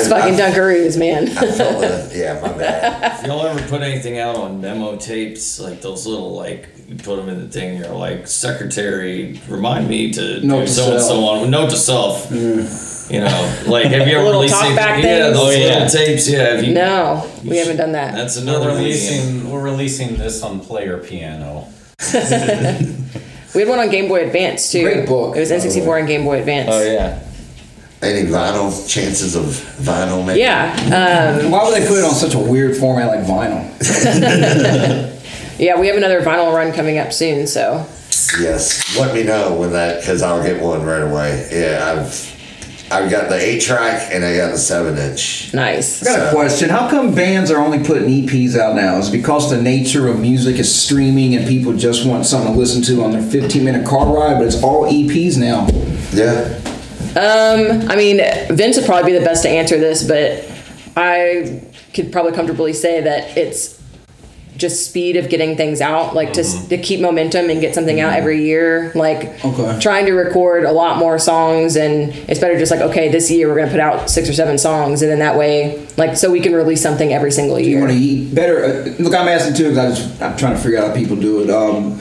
It's I- fucking Dunkaroos, man. I felt that- yeah, my bad. If y'all ever put anything out on memo tapes, like those little like you put them in the thing, you're like secretary, remind me to Note do to so and self. so on. Note to self. Mm. You know, like have you ever Little released talk back anything- Yeah, things. those Oh, yeah. little tapes. Yeah, have you? No, we haven't done that. That's We're another medium. releasing, we're releasing this on player piano. We had one on Game Boy Advance too. Great book, It was by the N64 and Game Boy Advance. yeah. Any vinyl chances of vinyl? Maybe? Yeah, Why would they put it on such a weird format like vinyl? uh, yeah. We have another vinyl run coming up soon, so Yes. Let me know when that, because I'll get one right away. Yeah, I've. I've got the eight track and I got the seven inch. nice. I got a question. How come bands are only putting EPs out now? Is it because the nature of music is streaming and people just want something to listen to on their 15 minute car ride, but it's all EPs now? Yeah. I mean, Vince would probably be the best to answer this, but I could probably comfortably say that it's just speed of getting things out, like to, Mm-hmm. s- to keep momentum and get something out every year. Like Okay. trying to record a lot more songs, and it's better just like okay, this year we're gonna put out six or seven songs, and then that way, like, so we can release something every single You year. want to eat better? Uh, look, I'm asking too because I just I'm trying to figure out how people E do it. Um,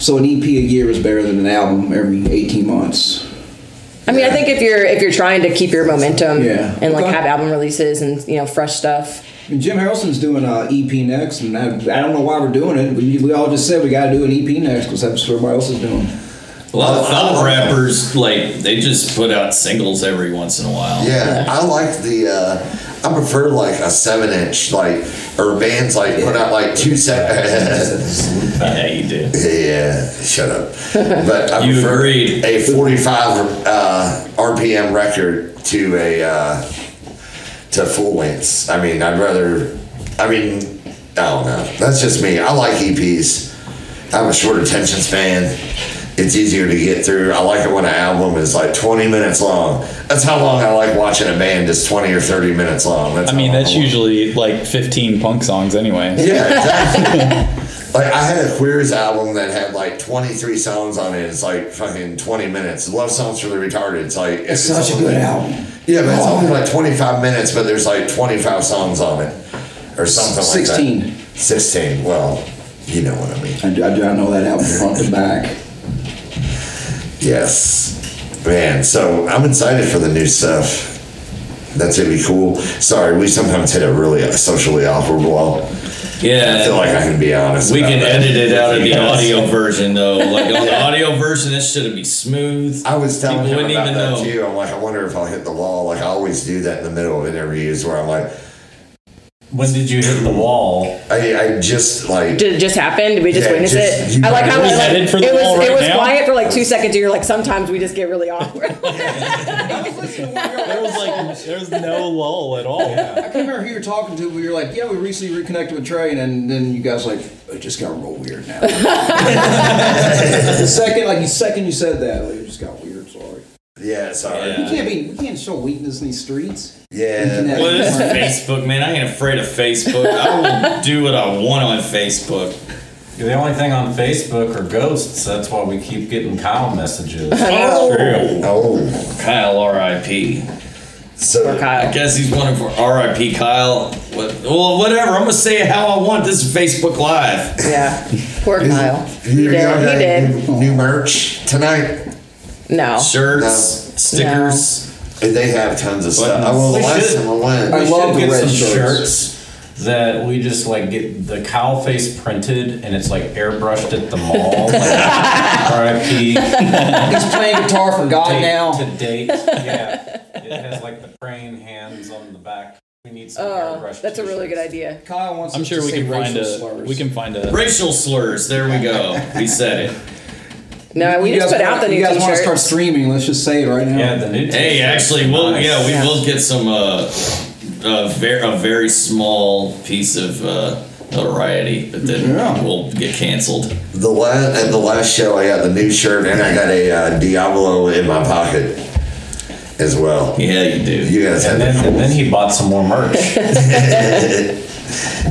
so an EP a year is better than an album every 18 months. I mean, I think if you're if you're trying to keep your momentum Yeah. and like Okay. have album releases and you know fresh stuff, Jim Harrelson's doing an EP next, and I, I don't know why we're doing it. We, we all just said we got to do an EP next because that's what everybody else is doing. A lot of thumb rappers, like, they just put out singles every once in a while. Yeah, I like the. Uh, I prefer like a seven inch, like or bands like put out like two seconds. Yeah, you do. yeah, shut up. But I You prefer agreed. a forty five uh, RPM record to a uh, to full lengths. I mean, I'd rather. I mean, I don't know. That's just me. I like EPs. I'm a short attention span. It's easier to get through. I like it when an album is like 20 minutes long. That's how long I like watching a band is 20 or 30 minutes long. That's I how mean, long that's watch- usually like 15 punk songs anyway. Yeah, exactly. like I had a Queers album that had like 23 songs on it. It's like fucking 20 minutes. Love songs for the retarded. It's like It's such a only- good album. Yeah, but it's only like 25 minutes, but there's like 25 songs on it, or something like 16. that. 16. Well, you know what I mean. I do, I do I know that album front to back. Yes. Man, so I'm excited for the new stuff. That's gonna be cool. Sorry, we sometimes hit a really socially awkward wall. I feel Yeah. like I can be honest. We about can that. edit it out of the Yes. audio version, though. Like, on the audio version, that should be smooth. I was telling People him wouldn't about even that know. too. I'm like, I wonder if I'll hit the wall. Like I always do that in the middle of interviews where I'm like, When did you hit the wall? I, I just like did it just happen? Did we just Yeah, witness just- it? you- I like how We it, like, headed for the it was wall right it was now? quiet for like two seconds. And you're like, sometimes we just get really awkward. There was like, there's no lull at all. I can't remember who you're talking to, but you're like, yeah, we recently reconnected with Trey, and then, then you guys like, it just got real weird now. the second, like, the second you said that, like, it just got weird. Sorry. yeah, sorry. We Yeah. can't be, we can't show weakness in these streets. Yeah. Yeah. Well, this is Facebook, man. I ain't afraid of Facebook. I will do what I want on Facebook. The only thing on Facebook are ghosts. That's why we keep getting Kyle messages. Oh, Oh, Kyle, R.I.P. so I Kyle. guess he's one of R.I.P. Kyle. What, well, whatever. I'm gonna say it how I want. This is Facebook Live. Yeah, poor Kyle. He you did. got He any did. New, new merch tonight. No. Shirts, stickers. They have tons of stuff. I will We last should. time I went. I We love should the get red some shirts. shirts that we just like get the cow face printed and it's like airbrushed at the mall. like, RIP. He's playing guitar for God date now. To date, yeah. It has like the praying hands on the back. We need some Oh, airbrush. that's a really good t-shirts. idea. Kyle wants I'm us sure to we say can find racial a slurs. we can find a Racial slurs. There we go. We said it. No, we You just guys put out want- the new You guys want to start t-shirt. streaming? Let's just say it right now. Yeah, the new. Hey, t-shirts actually, are we'll nice. yeah, we Yeah. will get some uh, a, ver- a very small piece of uh, notoriety, but then Yeah. we'll get canceled. The last at the last show, I got the new shirt and I got a uh, Diablo in my pocket as well. Yeah, you do. You guys And had then, and then he bought some more merch.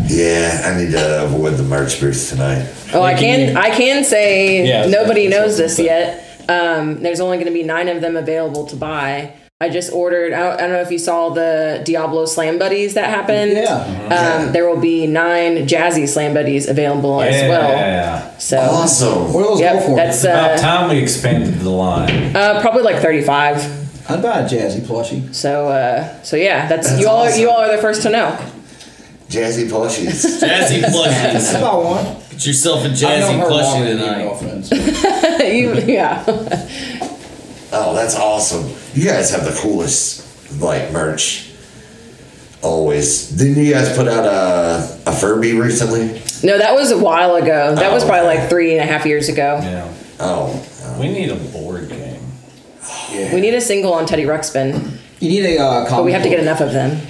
Yeah, I need to avoid the merch booth tonight. Oh, I can I can say Yeah, that's- nobody that's knows what we this said. yet. Um, there's only going to be nine of them available to buy. I just ordered. I don't, I don't know if you saw the Diablo Slam Buddies that happened. Yeah. Um, there will be nine Jazzy Slam Buddies available as well. Yeah. So, Awesome. What do those go yep, for? that's About uh, time we expanded the line. uh, probably like 35. I'd buy a jazzy plushie. So, uh, so yeah, that's, That's you all. awesome. You all are the first to know. Jazzy plushies. Jazzy plushies. I'd buy one. Get yourself a I know jazzy her plushie mom would be no tonight. offense. you, yeah. oh, that's awesome. You guys have the coolest like merch. Always. Didn't you guys put out a, a Furby recently? No, that was a while ago. That was Oh, probably like three and a half years ago. Yeah. Oh, We need a board game. We need a single on Teddy Ruxpin, You need a uh, but comic we have to book. get enough of them.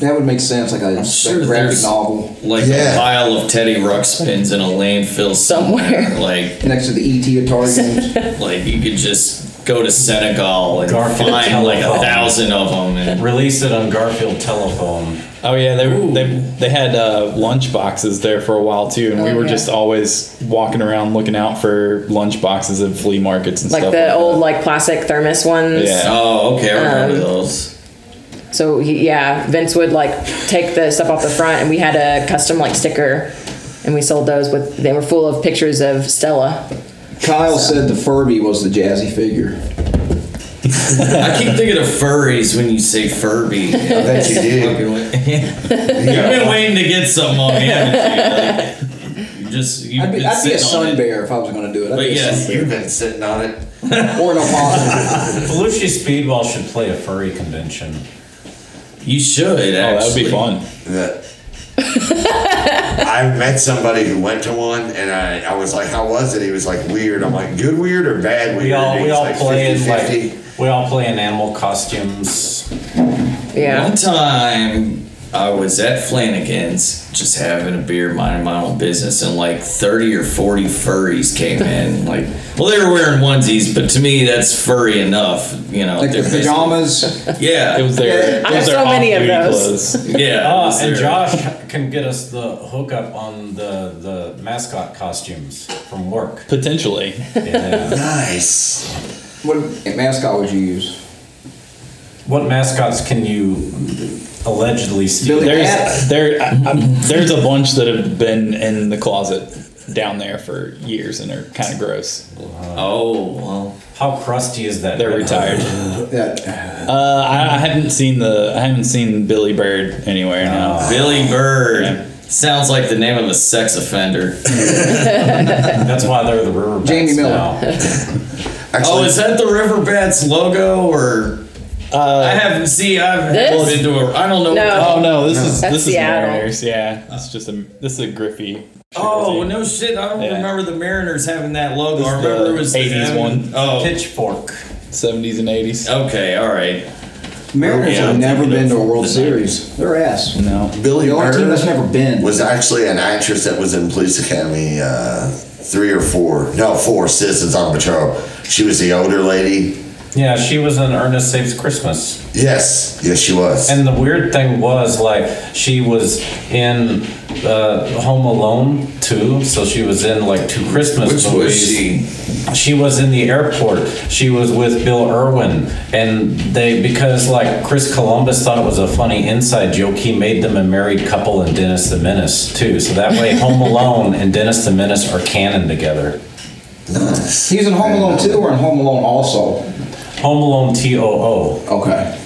That would make sense, like a, sure a graphic there's- novel Like Yeah. a pile of Teddy Ruxpins in a landfill somewhere. Somewhere. like, next to the ET Atari games. like you could just go to Senegal and Garfield find like a telephone. thousand of them. And Release it on Garfield Telephone. Oh yeah, they were, they they had uh, lunch boxes there for a while too, and we Oh, were yeah. just always walking around looking out for lunch boxes at flea markets and like stuff. the old like plastic thermos ones. Yeah. oh, okay, I Um, remember those. So he, yeah, Vince would like take the stuff off the front, and we had a custom like sticker, and we sold those with they were full of pictures of Stella. Kyle said the Furby was the jazzy figure. I keep thinking of furries when you say Furby. I bet you do. Fucking wa- You've been waiting to get something on me, haven't you? Like, you just you've I'd be, been I'd be sitting a on sun it. bear if I was going to do it. I'd But be a yes, You've been sitting on it. sun- or an opossum. Belushi Speedball should play a furry convention. you should. Actually. Oh, that would be fun. that I met somebody who went to one, and I, I was like, "How was it?" He was like, "Weird." I'm like, "Good weird or bad weird?" We all we He's all like, play in 50-50. like we all play in animal costumes. Yeah. One time, I was at Flanagan's just having a beer, minding my own business, and like 30 or 40 furries came in. Like, well, they were wearing onesies, but to me, that's furry enough. You know, Like the they're basically- pajamas. Yeah, It was their. it I was have their so many of off-duty those. clothes. yeah. it Uh, Ah, was and their- Josh can get us the hookup on the the mascot costumes from work. Potentially. Yeah. Nice. What mascot would you use? what mascots can you allegedly steal? Billy- There's there I, I'm- there's a bunch that have been in the closet down there for years and are kind of gross. Oh well, How crusty is that? They're Red Hood? retired. That Uh, I, I haven't seen the I haven't seen Billy Bird anywhere now. Billy Bird Ah. Yeah. sounds like the name of a sex offender. That's why they're the riverbeds Jamie Miller. now. Actually, Oh, is that the Riverbats logo or? Uh, I haven't see. I've This? been to a. I don't know. No. Oh no, this is That's this is Seattle. Mariners. Yeah, it's just a this is a Griffey. Oh jersey. no shit! I don't Yeah. remember the Mariners having that logo. This I is remember the it was the 80s having- one. Oh, Pitchfork. 70s and 80s. okay, all right. Mariners Yeah, have I'm never thinking been to of a World the Series. They're ass. No. Billy The only team that's Bird never been. was actually an actress that was in Police Academy uh, three or four, no, four Citizens on Patrol. She was the older lady. Yeah, she was in Ernest Saves Christmas. Yes, yes, she was. And the weird thing was, like, she was in uh, Home Alone too, so she was in like two Christmas Which movies. was she? She was in the airport. She was with Bill Irwin, and they because like Chris Columbus thought it was a funny inside joke. He made them a married couple in Dennis the Menace too, so that way Home Alone and Dennis the Menace are canon together. Nice. He's in Home Alone 2 or in Home Alone also. Home Alone T O O. Okay.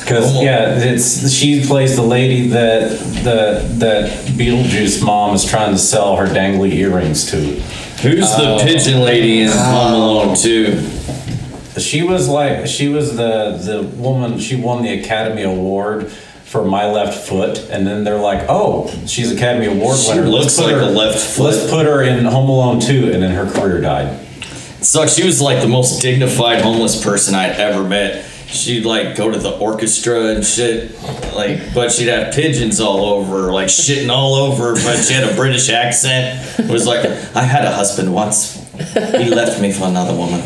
Because yeah, it's she plays the lady that the that Beetlejuice mom is trying to sell her dangly earrings to. Who's Uh, the pigeon lady in Home Alone Two? She was like she was the the woman she won the Academy Award for My Left Foot, and then they're like, oh, she's Academy Award She winner. looks Let's put like her- a left Let's foot. put her in Home Alone two, and then her career died. Sucks. She was like the most dignified homeless person I'd ever met. She'd like go to the orchestra and shit, like, but she'd have pigeons all over, like shitting all over. But she had a British accent. It was like, I had a husband once. He left me for another woman.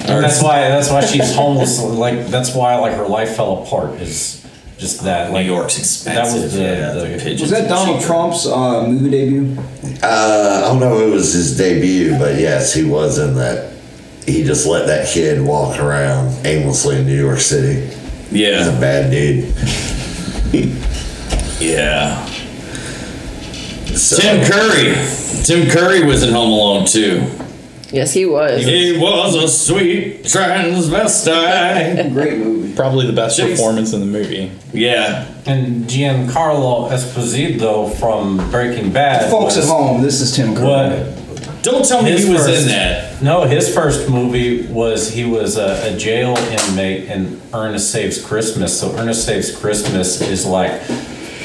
And that's why that's why she's homeless. like that's why like her life fell apart is just that. New Like York's That was expensive. the, yeah, the the pigeons Was that are Donald cheaper. Trump's uh, movie debut? Uh, I don't know if it was his debut, but yes, he was in that. He just let that kid walk around aimlessly in New York City. He's a Yeah, bad dude. yeah. So, Tim Curry. Tim Curry was in Home Alone too. Yes, he was. He was a sweet transvestite. Great movie. Probably the best Jeez. performance in the movie. Yeah, And Giancarlo Esposito from Breaking Bad. Folks at was- home, this is Tim Curry. What? Don't tell me His he was first- in that. No, his first movie was he was a, a jail inmate in Ernest Saves Christmas. So Ernest Saves Christmas is like,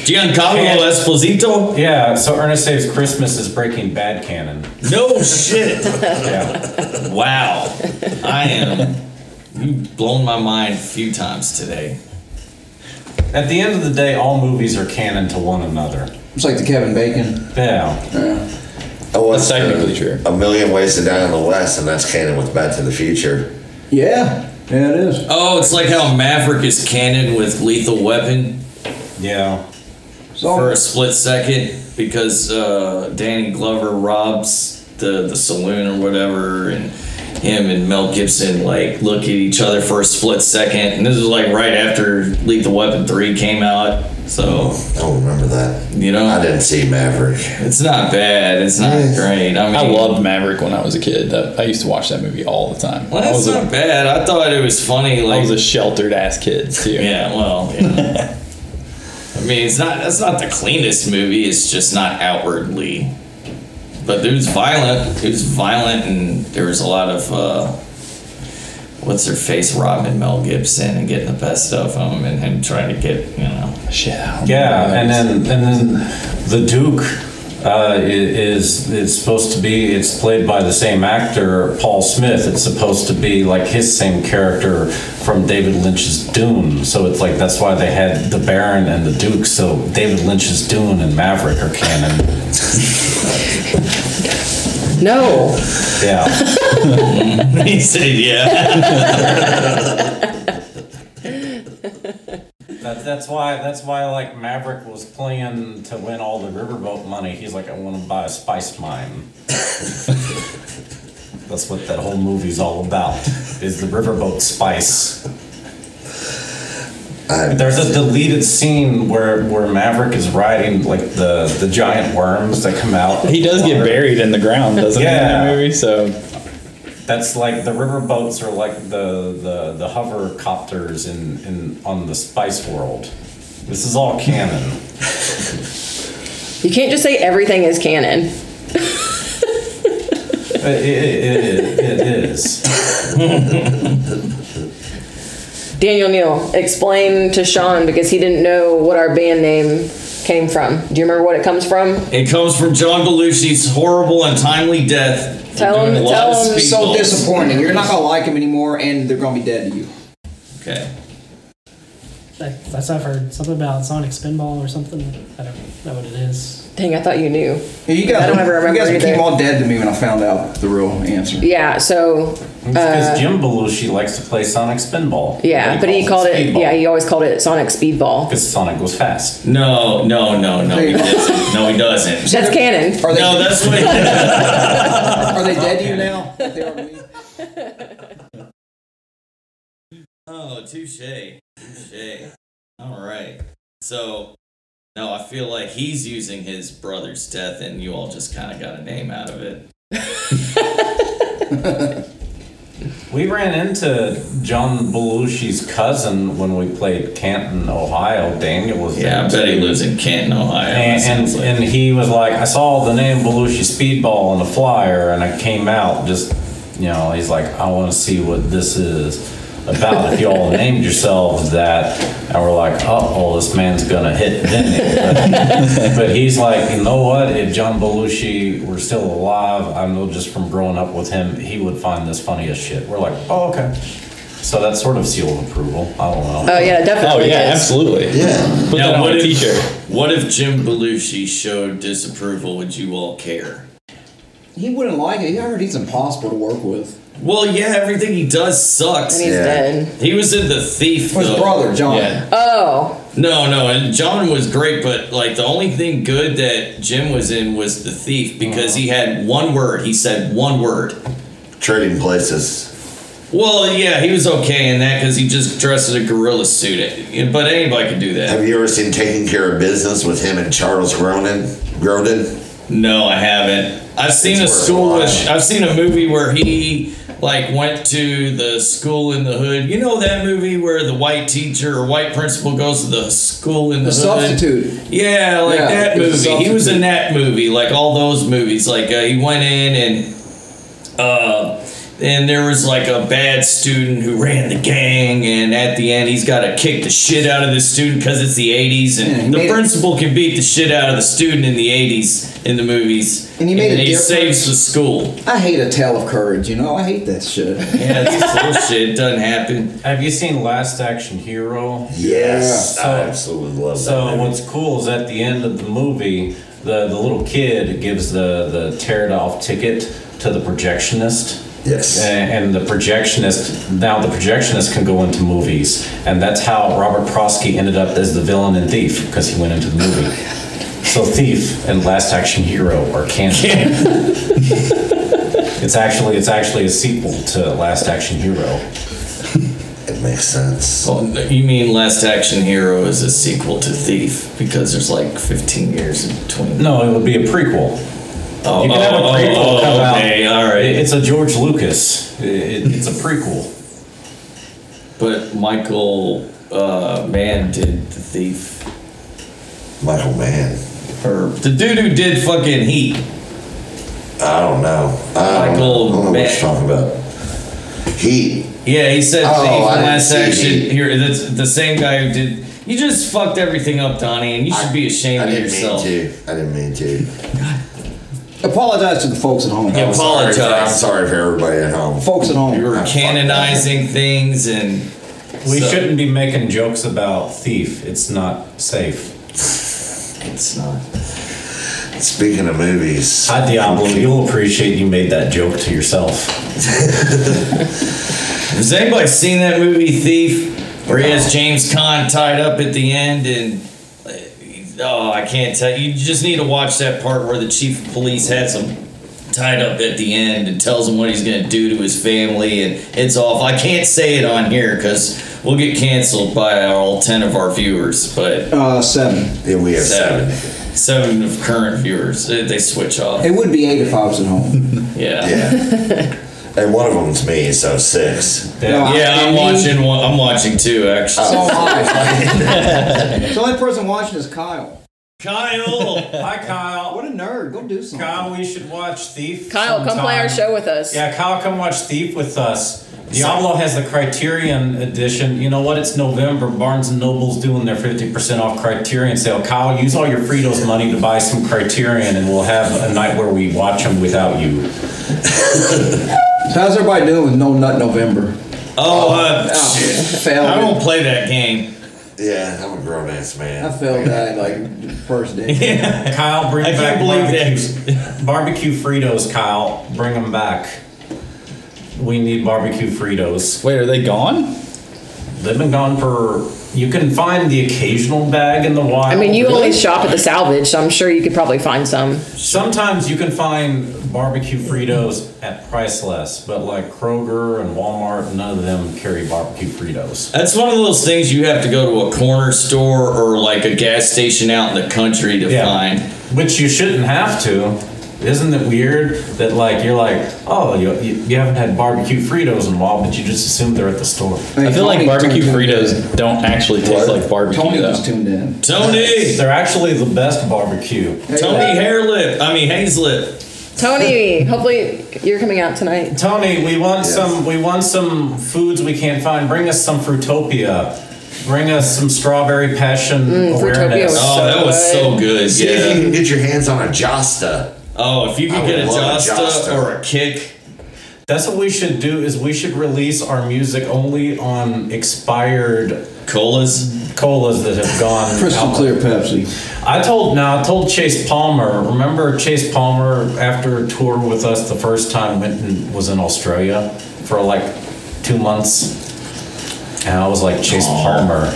Giancarlo Yeah. Esposito? yeah. So Ernest Saves Christmas is Breaking Bad canon. No shit. Yeah. wow. I am. You've blown my mind a few times today. At the end of the day, all movies are canon to one another. It's like the Kevin Bacon. Yeah. I watched, That's technically uh, true. A Million Ways to Die in the West, and that's canon with Back to the Future. Yeah. Yeah, it is. Oh, it's like how Maverick is canon with Lethal Weapon Yeah. Oh. So, for a split second because uh, Danny Glover robs the, the saloon or whatever, and him and Mel Gibson like look at each other for a split second. And this is like right after Lethal Weapon 3 came out. So I don't remember that. You know? I didn't see Maverick. it's not bad. It's not great. I mean, I loved Maverick when I was a kid. That- I used to watch that movie all the time. Well, I that's was not a, bad. I thought it was funny. I Like, was a sheltered ass kid too. yeah. Well, you know. I mean, it's not. That's not the cleanest movie. It's just not outwardly. But it was violent. It was violent, and there was a lot of. Uh, What's her face? Robin Mel Gibson and getting the best of him, and him trying to get you know. Shit. Oh, I don't Yeah, remember and that. then and then the Duke uh, i- is is supposed to be it's played by the same actor Paul Smith. It's supposed to be like his same character from David Lynch's Dune. So it's like that's why they had the Baron and the Duke. So David Lynch's Dune and Maverick are canon. No. Yeah, he said, "Yeah." that, that's why that's why like Maverick was playing to win all the riverboat money. He's like, I want to buy a spice mine. That's what that whole movie's all about. Is the riverboat spice. I, There's a deleted scene where, where Maverick is riding like the, the giant worms that come out. he does get buried in the ground, doesn't he? In Yeah. that movie, so That's like the riverboats are like the the, the hover copters in, in on the spice world. This is all canon. You can't just say everything is canon. it, it, it, it is. Daniel Neal, explain to Sean because he didn't know what our band name came from. Do you remember what it comes from? It comes from John Belushi's horrible and timely death. Tell him- A lot tell of him- speed So bumps. disappointing. You're not gonna like him anymore, and they're gonna be dead to you. Okay. That, that's I've heard something about Sonic Spinball or something. I don't know what it is. Dang, I thought you knew. Yeah, You guys, I don't ever remember you guys either. became all dead to me when I found out the real answer. Yeah, so Because Jim Belushi likes to play Sonic Spinball. Uh, yeah, but he called it yeah, he always called it Sonic Speedball. Because Sonic was fast. No, no, no, no, he doesn't. No, he doesn't. That's canon. Are they, No, that's what. are they dead to you now? They are to me. Oh, touche, touche. All right. So, no, I feel like he's using his brother's death, and you all just kind of got a name out of it. We ran into John Belushi's cousin when we played Canton, Ohio. Daniel was Yeah, I there. bet he lives in Canton, Ohio. that And, sounds and, like- and he was like, I saw the name Belushi Speedball on the flyer, and I came out just, you know, he's like, I want to see what this is about. If y'all named yourselves that, and we're like, uh oh, this man's gonna hit Vinny. But, but he's like, you know what? If John Belushi were still alive, I know just from growing up with him, he would find this funny as shit. We're like, oh, okay. So that's sort of seal of approval. I don't know. Oh yeah, definitely. oh yeah, is. absolutely. yeah. Put Now, that on what a if- t-shirt. What if Jim Belushi showed disapproval? Would you all care? He wouldn't like it. I heard he's impossible to work with. Well, yeah, everything he does sucks. And he's Yeah. dead. He was in the thief. His though. brother John. Yeah. Oh, No, no, and John was great, but like the only thing good that Jim was in was the thief because he had one word. He said one word. Trading places. Well, yeah, he was okay in that because he just dressed as a gorilla suit. But anybody could do that. Have you ever seen Taking Care of Business with him and Charles Grodin? Grodin? No, I haven't. I've seen a It's worth school. a With, watch. I've seen a movie where he like went to the school in the hood. You know that movie where the white teacher or white principal goes to the school in the, The hood? substitute. Yeah, like Yeah, that he was a movie. He was in substitute. that movie, like all those movies. Like uh, he went in and uh, and there was like a bad student who ran the gang, and at the end he's got to kick the shit out of this student because it's the '80s, Yeah, he and made the it- principal can beat the shit out of the student in the '80s in the movies, And he made a he difference. saves the school. I hate a tale of courage. You know, I hate that shit. Yeah, it's bullshit. It doesn't happen. Have you seen Last Action Hero? Yes. Yeah. I absolutely love So that. movie. what's cool is at the end of the movie, the, the little kid gives the, the tear it off ticket to the projectionist. Yes. A- And the projectionist, now the projectionist can go into movies. And that's how Robert Prosky ended up as the villain in Thief, because he went into the movie. So Thief and Last Action Hero are canon. it's actually it's actually a sequel to Last Action Hero. That makes sense. Oh, you mean Last Action Hero is a sequel to Thief because there's like 15 years in between. No, it would be a prequel. Oh, You can have a oh, prequel oh, come out. okay, all right. It- It's a George Lucas. It- It's a prequel. But Michael uh, Mann did the Thief, Michael Mann. or the dude who did fucking Heat. I don't know. I don't Michael know. I don't know what Mann. you're talking about. Heat. Yeah, he said Oh, Thief I in didn't Last see Action Heat. Hero. That's the same guy who did. You just fucked everything up, Donnie, and you should be I ashamed of didn't yourself. mean to. I didn't mean to. Apologize to the folks at home. Yeah. I'm sorry for- I'm Apologize. sorry for everybody at home. Folks at home. You were I fucked canonizing things and. We so- shouldn't be making jokes about Thief. It's not safe. It's not. Speaking of movies, Hi, Diablo. You'll appreciate you made that joke to yourself. Has anybody seen that movie Thief, where he has James Caan tied up at the end and? uh, Oh, I can't tell. You just need to watch that part where the chief of police has him tied up at the end and tells him what he's going to do to his family, and it's off. I can't say it on here because we'll get canceled by all ten of our viewers, but Uh, seven. yeah, we have seven. seven, seven of current viewers, they they switch off. It would be eight if I was at home. Yeah, Yeah. and one of them's me, so six. No, yeah. I'm and me- watching. one- I'm watching two actually. So am I. the only person watching is Kyle. Kyle. Hi, Kyle. What a nerd. Go do something. Kyle, we should watch Thief. Kyle, come play our sometime. show with us. Yeah, Kyle, come watch Thief with us. Diablo has the Criterion edition. You know what? It's November. Barnes and Noble's doing their 50% off Criterion sale. Kyle, use all your Fritos money to buy some Criterion, and we'll have a night where we watch them without you. So how's everybody doing with No Nut November? Oh, uh, shit. failed. I don't it. play that game. Yeah, I'm a grown ass I man. failed that like the first day. Kyle, bring I back can't believe barbecues. barbecue Fritos, Kyle. Bring them back. We need barbecue Fritos. Wait, are they gone? They've been gone for. You can find the occasional bag in the wild. I mean, you always shop at the salvage, so I'm sure you could probably find some. Sometimes you can find barbecue Fritos at price less, but like Kroger and Walmart, none of them carry barbecue Fritos. That's one of those things you have to go to a corner store or like a gas station out in the country to find. Which you shouldn't have to. Isn't it weird that like you're like, oh, you, you, you haven't had barbecue Fritos in a while, but you just assume they're at the store. I feel like Tony barbecue tuned in. Fritos don't actually taste What? like barbecue Tony though. just tuned in. Tony, They're actually the best barbecue. Tony Hairlip. I mean Hazlip. Tony, hopefully you're coming out tonight. Tony, we want some. We want some foods we can't find. Bring us some Fruitopia. Bring us some strawberry passion Mm, Fruitopia awareness. was Oh, So that was so good. See if you Yeah. can get your hands on a Josta. Oh, if you could I would get a love a Josta Josta. or a kick. Um, That's what we should do. Is we should release our music only on expired Colas. colas that have gone Crystal out. clear Pepsi. I told now I told Chase Palmer. Remember Chase Palmer after a tour with us the first time went and was in Australia for like two months, and I was like Chase Palmer.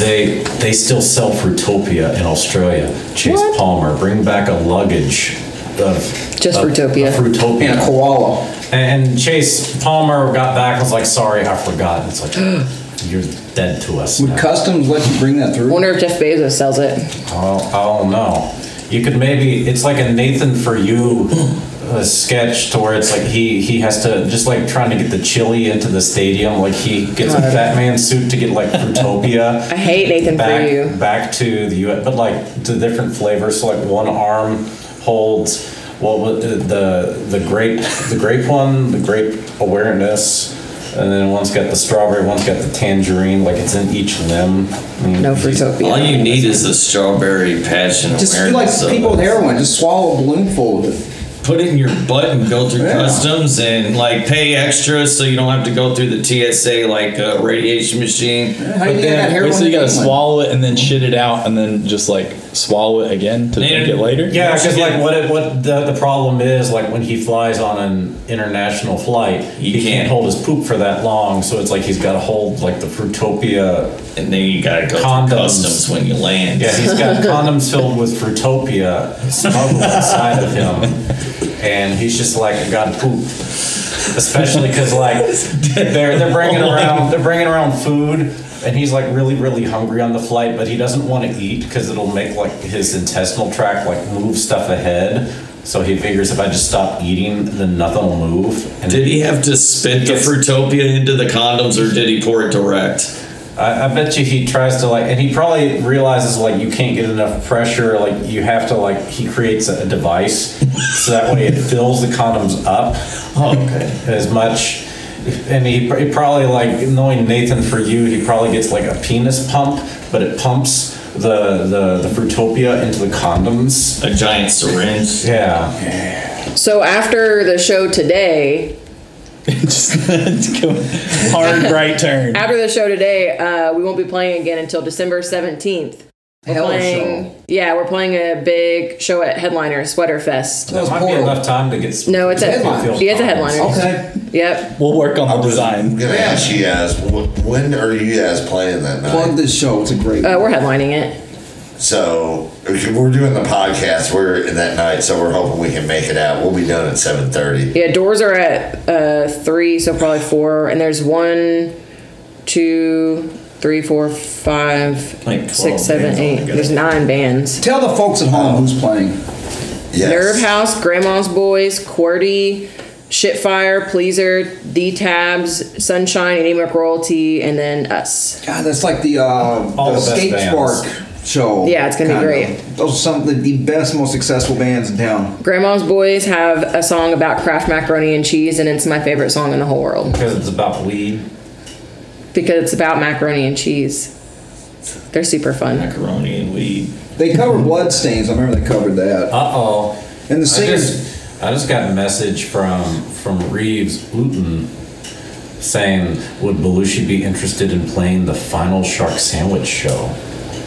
They they still sell Fruitopia in Australia. Chase What? Palmer, bring back a luggage of Just of- Fruitopia. of Fruitopia. And a koala. And Chase Palmer got back and was like, sorry, I forgot. It's like, you're dead to us. Would now. customs let you bring that through? Wonder if Jeff Bezos sells it. Oh, I don't know. You could maybe, it's like a Nathan for You uh, sketch to where it's like he, he has to, just like trying to get the chili into the stadium, like he gets a fat man suit to get like Fruitopia. I hate Nathan back, for you. Back to the U.S., but like to different flavors. So like one arm holds what was the the, the grape the grape one the grape awareness. And then one's got the strawberry, one's got the tangerine. Like it's in each limb. I mean, No All Fruitopia. you need is the strawberry passion Just do like awareness. of people it. with heroin. Just swallow a balloon full of it. put it in your butt and go through Yeah. customs and like pay extra so you don't have to go through the TSA like uh, radiation machine. How do you get But that then, heroin? wait, so you in gotta England? swallow it and then shit it out and then just like swallow it again to Yeah. drink it later? Yeah, because like what it, what the, the problem is like when he flies on an international flight, he can't. can't. hold his poop for that long. So it's like he's got to hold like the Fruitopia. And then you gotta go Condoms. through customs when you land. Yeah, he's got condoms filled with Fruitopia smuggled inside of him. and he's just like, I got to poop. Especially because like they're they're bringing around they're bringing around food, and he's like really really hungry on the flight, but he doesn't want to eat because it'll make like his intestinal tract like move stuff ahead. So he figures if I just stop eating, then nothing will move. And Did he have to spit the Fruitopia into the condoms or did he pour it direct? I, I bet you he tries to like, and he probably realizes like you can't get enough pressure. Like you have to like he creates a device so that way it fills the condoms up Oh, as much. And he, pr- he probably like knowing Nathan for you, he probably gets like a penis pump, but it pumps the the the Fruitopia into the condoms. A giant syringe. Yeah, So after the show today, Just it's going hard right turn. after the show today, uh, we won't be playing again until December seventeenth. We're Hell playing, yeah, we're playing a big show at Headliner Sweater Fest. That was might be Portal. enough time to get. s- No, it's a Fruitopia yeah, it's a headliner. Okay. Yep. Uh, We'll work on the I'm design. gonna ask you guys, wh- when are you guys playing that night? Plug this show. It's a great. Uh, we're headlining it. So okay, we're doing the podcast. We're in that night, so we're hoping we can make it out. We'll be done at seven thirty. Yeah, doors are at uh, three, so probably four. And there's one, two, three, four, five, Like six, 12 seven, bands eight. altogether. There's nine bands. Tell the folks at uh, home who's playing. Yes. Nerve House, Grandma's Boys, QWERTY, Shitfire, Pleaser, D Tabs, Sunshine, Anemic Royalty, and then us. God, that's like the, uh, All the the best Skate bands. Spark show. Yeah, it's gonna be kinda. great. Those are some of the, the best, most successful bands in town. Grandma's Boys have a song about Kraft macaroni and cheese, and it's my favorite song in the whole world because it's about weed. because it's about macaroni and cheese. They're super fun. Macaroni and weed. They covered Bloodstains. I remember they covered that. Uh oh. And the Mm-hmm. I singers. just, I just got a message from from Reeves Luton saying, "Would Belushi be interested in playing the final Shark Sandwich show?"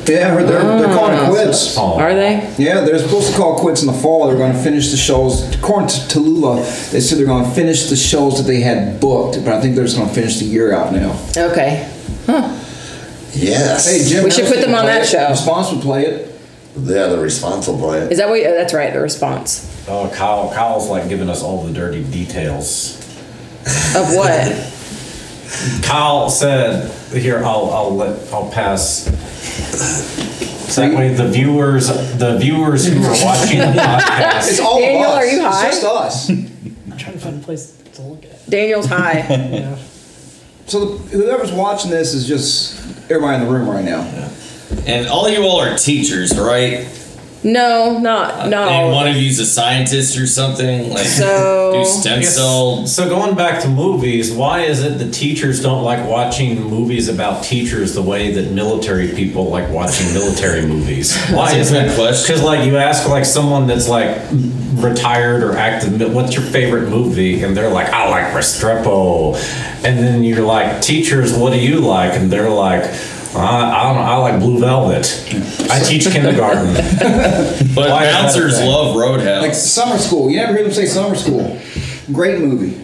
Yeah, I heard they're, they're Ah. calling it quits. Oh, Are they? Yeah, they're supposed to call quits in the fall. They're going to finish the shows. According to Tallulah, they said they're going to finish the shows that they had booked, but I think they're just going to finish the year out now. Okay. Yes. Hey, Jim. We should Henderson put them will on play that it. show. Response would play it. Yeah, the responsible play. Is that what? Oh, that's right. The response Oh, Kyle, Kyle's like giving us all the dirty details. of what? Kyle said, "Here, I'll I'll let I'll pass." So that way, the viewers, the viewers who are watching the podcast, It's all Daniel, of us. are you high? It's just us. I'm trying to find a place to look at. Daniel's high. You know? So the, whoever's watching this is just everybody in the room right now. And all you all are teachers, right? No, Uh, not not all. And of one of you's a scientist or something. Like So- do stem Yes. cell So going back to movies, why is it that teachers don't like watching movies about teachers the way that military people like watching military movies? Why That's is a good that? question. Because like you ask like someone that's like retired or active, mi- what's your favorite movie? And they're like, I like Restrepo. And then you're like, teachers, what do you like? And they're like. I, I don't know. I like Blue Velvet. I teach kindergarten. but Why is that a bouncers thing? love roadhouse. Like summer school. You never hear them say summer school. Great movie.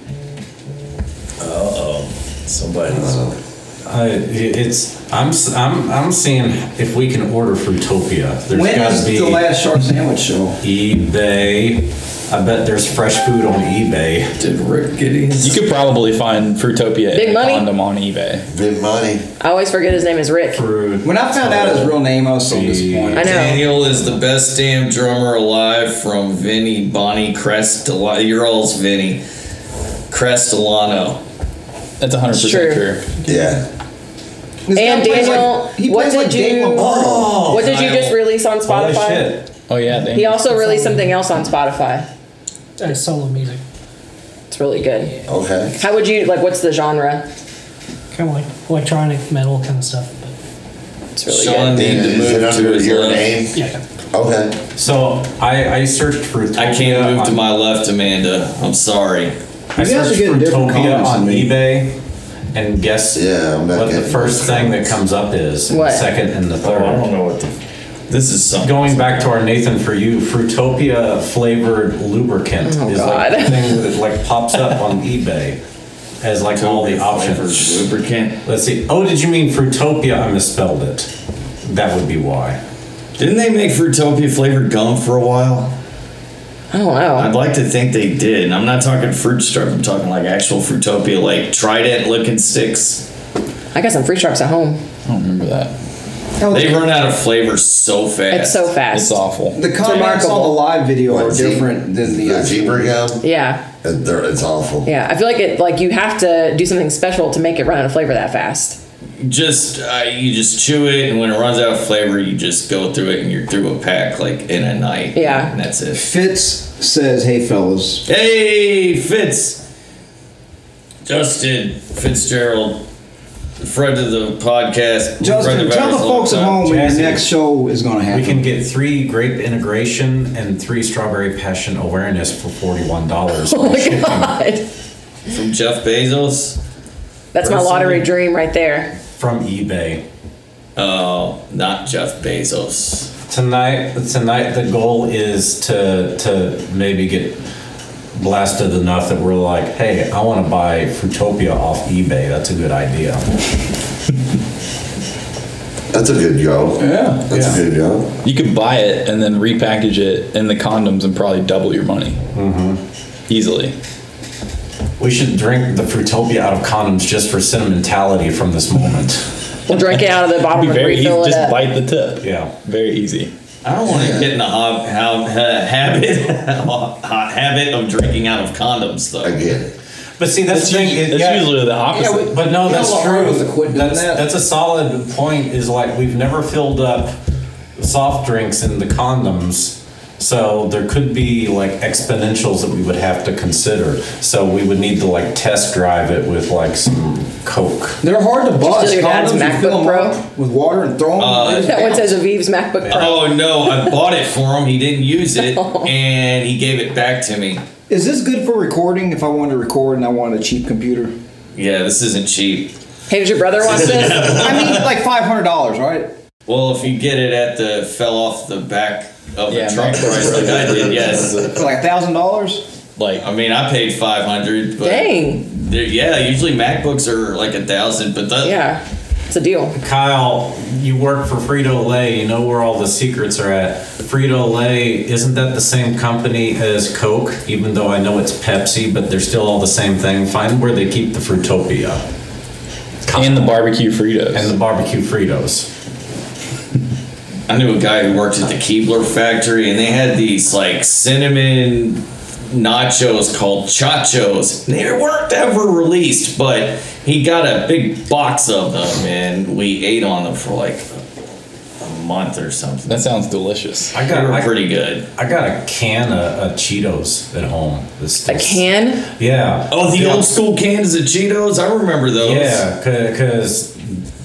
Somebody's Uh, I, it's I'm s- I'm I'm seeing if we can order Fruitopia. There's when gotta is be. the last Shark Sandwich show? eBay. I bet there's fresh food on eBay. did Rick Gideon's You could probably find Fruitopia Big and money? condom on eBay. Big money. I always forget his name is Rick. Fruit. When I found out his real name, I was so disappointed. I know. Daniel is the best damn drummer alive from Vinny Bonnie Crest Your all's Vinny Crestolano. That's 100% True. true. Yeah. This guy And plays Daniel, like- he what plays did like Dave you- Lombardo. What did you just release on Holy Spotify? shit. Oh, yeah. Dang. He also released something else on Spotify. Uh, solo music. It's really good. Okay. How would you like? What's the genre? Kind of like electronic metal kind of stuff. But It's really Sean good. need And to is move it to under his your left. name? yeah. Okay. So I, I searched Fruitopia. I can't move to on- my left, Amanda. I'm sorry. I You guys are searched getting different Fruitopia comments on than me. eBay and guess Yeah, I'm not what the getting first those thing that comments. comes up is. and What? The second and the third. know what the. This is something. Going back to our Nathan for you, Fruitopia flavored lubricant is like God. the thing that like pops up on eBay as like all the options. lubricant. Let's see. Oh, did you mean Fruitopia? I misspelled it. That would be why. Didn't they make Fruitopia flavored gum for a while? I don't know. I'd like to think they did. And I'm not talking fruit stripe. I'm talking like actual Fruitopia, like trident looking sticks. I got some free straps at home. I don't remember that. They run out of flavor so fast. Oh, It's so It's fast. awful. The comments on the remarkable. live video are What, ze- different than the The actual. zebra gum, Yeah. it- they're- it's awful. Yeah. I feel like it like you have to do something special to make it run out of flavor that fast. Just uh, you just chew it, and when it runs out of flavor, you just go through it, and you're through a pack like in a night. Yeah. and that's it. Fitz says, "Hey fellas, Hey, Fitz. Justin Fitzgerald, friend of the podcast. friend Justin, of tell ours the all folks at time. home when your Jazzy. next show is going to happen." uh, We can get three grape integration and three strawberry passion awareness for forty-one dollars. Oh my god. From Jeff Bezos. That's my lottery Personally- dream right there. from eBay. Oh, not Jeff Bezos. Tonight, tonight the goal is to to maybe get blasted enough that we're like, hey, I want to buy Fruitopia off eBay. That's a good idea. That's a good go. Yeah. That's a good go. You could buy it and then repackage it in the condoms and probably double your money. Mm-hmm. Easily. We should drink the Fruitopia out of condoms just for sentimentality from this moment. We'll drink it out of the bottle Be and very easy. refill it Just up. bite the tip. Yeah. Very easy. I don't want to get in the hob, hob, ha, habit ha, habit of drinking out of condoms, though. I get it. But see, that's, That's, the thing. usually, it- that's yeah. usually the opposite. Yeah, we- But no, You know, that's Lahore true. was to quit doing that's, that. that's a solid point. Is like we've never filled up soft drinks in the condoms, so there could be like exponentials that we would have to consider. So we would need to like test drive it with like some Coke. They're hard to bust. do your dad's Condoms, you MacBook fill them Pro? up with water and throw them. Uh, That one says Aviv's MacBook Pro. oh no, I bought it for him. He didn't use it, Oh. and he gave it back to me. Is this good for recording? If I wanted to record and I wanted a cheap computer, Yeah, this isn't cheap. Hey, did your brother watch this? I mean, like five hundred dollars, right? Well, if you get it at the fell off the back of Yeah, the truck Mac- price like I did, yes. For like a thousand dollars. like I mean, I paid five hundred. Dang. Yeah, usually MacBooks are like a thousand, but that, Yeah. It's a deal. Kyle, you work for Frito Lay. You know where all the secrets are at. Frito Lay isn't that the same company as Coke? Even though I know it's Pepsi, but they're still all the same thing. Find where they keep the Fruitopia and the barbecue Fritos. and the barbecue Fritos. I knew a guy who worked at the Keebler factory, and they had these like cinnamon nachos called chachos. They weren't ever released, but he got a big box of them, and we ate on them for like a month or something. that sounds delicious. I They got were I, pretty good. I got a can of, of Cheetos at home. This, A can? Yeah. Oh, the yeah. old school cans of Cheetos. I remember those. Yeah, because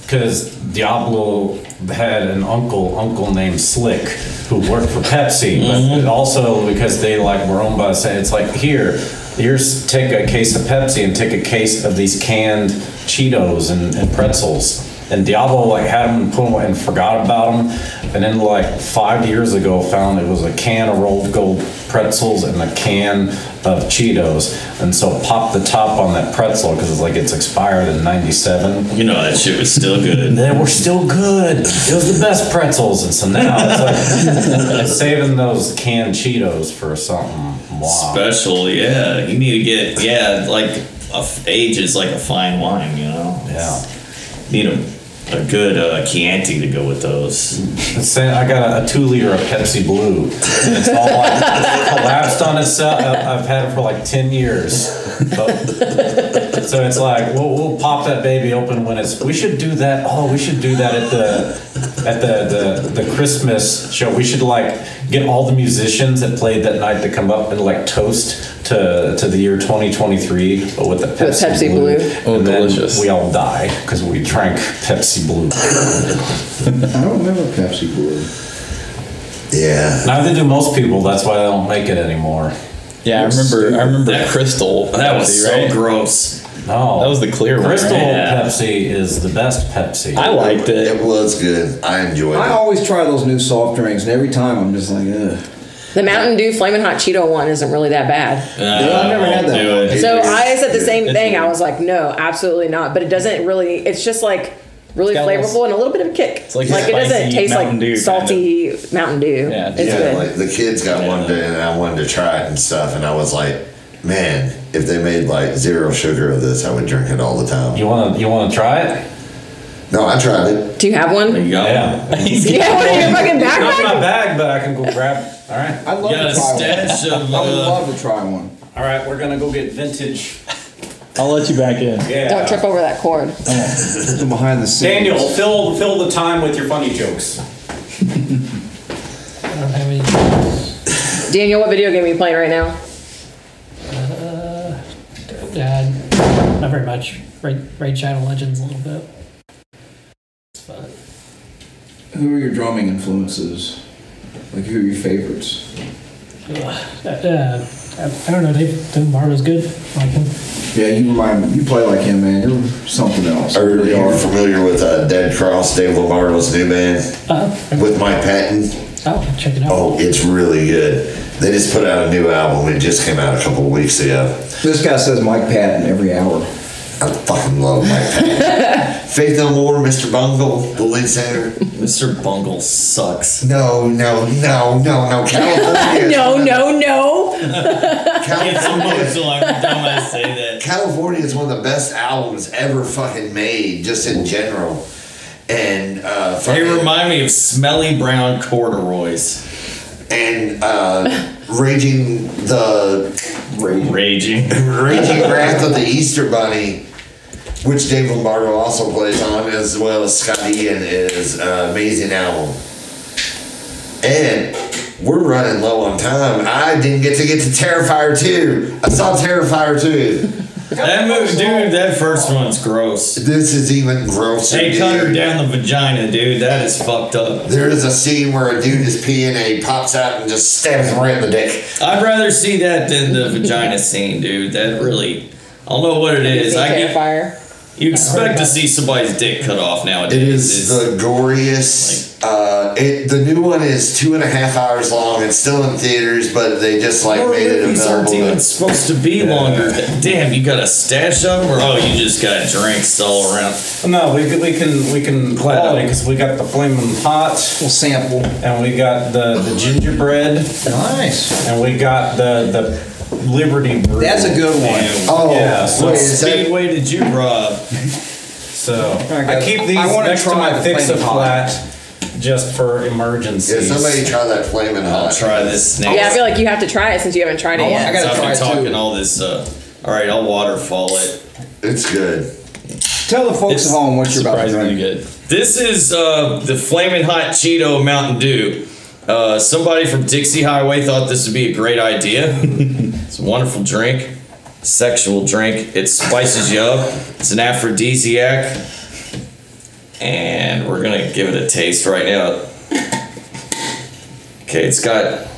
because Diablo had an uncle uncle named Slick who worked for Pepsi, but Mm-hmm. it also because they like were owned by the same. It's like here, here's take a case of Pepsi and take a case of these canned Cheetos and, and pretzels. And Diablo like had them and put 'em away and forgot about them, and then like five years ago found it was a can of rolled gold pretzels and a can of Cheetos, and so popped the top on that pretzel because it's like it's expired in '97. You know that shit was still good. They were still good. It was the best pretzels, and so now it's like saving those canned Cheetos for something. Wow. Special, yeah. You need to get yeah, like a f- age is like a fine wine, you know. Yeah. Need a, a good uh, Chianti to go with those. It's saying I got a, a two liter of Pepsi Blue. And it's all like collapsed on itself. I- I've had it for like 10 years. But- so it's like, we'll, we'll pop that baby open when it's. We should do that. Oh, we should do that at the at the, the, the Christmas show. We should like get all the musicians that played that night to come up and like toast to, to the year 2023 but with the Pepsi, Pepsi Blue. Blue. Oh, and then delicious. we all die because we drank Pepsi Blue. I don't remember Pepsi Blue. Yeah. Neither do most people. That's why they don't make it anymore. Yeah, I remember. I remember Crystal. That was Pepsi, so right? gross. No, That was the clear one, Crystal right? Yeah. Pepsi is the best Pepsi. I liked it. It was good. I enjoyed I it. always try those new soft drinks, and every time I'm just like, ugh. The Mountain Dew Flamin' Hot Cheeto one isn't really that bad. No, I've never had that Uh, Do it. So It's- I said the same it's thing. I weird. was like, no, absolutely not. But it doesn't really, it's just like really got a little- flavorful and a little bit of a kick. like like a it doesn't spicy taste Mountain Dew like kind salty Mountain Dew. Yeah, it's yeah, good. like the kids got one to, and I wanted to try it and stuff, and I was like, man, if they made like zero sugar of this, I would drink it all the time. You wanna you wanna try it? No, I tried it. Do you have one? You got one. Yeah. Do you have one in your fucking Not in my backpack? bag, but I can go grab. All right. I'd love You got a to try one. stash of. I would Uh, love to try one. All right. We're gonna go get vintage. I'll let you back in. Yeah. Don't trip over that cord. From behind the scenes. Daniel, fill fill the time with your funny jokes. I don't have any. Daniel, what video game are you playing right now? Yeah, uh, not very much. Raid, Raid Shadow Legends a little bit. It's fun. Who are your drumming influences? Like, who are your favorites? Ugh. Uh, uh, I, I don't know. Dave, Dave Marva's good. I like him. Yeah, you remind me. You play like him, man. You're something else. Are You really you are. familiar with uh, Dead Cross, Dave Lombardo's new band Uh, with Mike Patton? oh, check it out. Oh, it's really good. They just put out a new album. It just came out a couple weeks ago. This guy says Mike Patton every hour. I fucking love Mike Patton. Faith No More, Mr. Bungle, the lead singer. Mr. Bungle sucks. No, no, no, no, no. California. No, no, no. It's California. emotional every time I say that. California is one of the best albums ever fucking made, just in general. And uh, They fucking- remind me of smelly brown corduroys. and uh, raging the Raging. Raging Wrath of the Easter Bunny, which Dave Lombardo also plays on, as well as Scott Ian, is an amazing album. And we're running low on time. I didn't get to get to Terrifier 2. I saw Terrifier 2 That movie, dude, that first one's gross. This is even grosser. They cut her dude. down the vagina, dude. That is fucked up. There is a scene where a dude is peeing and he pops out and just stabs him right in the dick. I'd rather see that than the vagina scene, dude. That really. I don't know what it is. I get, fire. you expect to see somebody's dick cut off nowadays. It is It's- the goriest. Uh, it the new one is two and a half hours long. It's still in theaters, but they just like Horror made it movies aren't available. even to- supposed to be longer. than- Damn, you got a stash of them, or oh, you just got drinks all around. No, we can we can we can call it because we got the flaming hot We'll sample. and we got the the gingerbread Nice. and we got the the liberty. Brew. That's a good one. Damn. Oh, Yeah, so wait, is that- Speedway did you rob? So right, I guys. keep these I wanna next to try my the fix a Flamin' Hot. flat just for emergencies. yeah, somebody try that flaming hot. I'll try this Oh. snake. Yeah, I feel like you have to try it since you haven't tried it I yet. gotta I've try been it talking too. all this. Uh, all right, I'll waterfall it. It's good. Tell the folks It's at home what you're about to Surprisingly drink. good. This is uh, the flaming hot Cheeto Mountain Dew. Uh, somebody from Dixie Highway thought this would be a great idea. it's a wonderful drink, sexual drink. It spices you up. It's an aphrodisiac, and we're gonna give it a taste right now. Okay, it's got.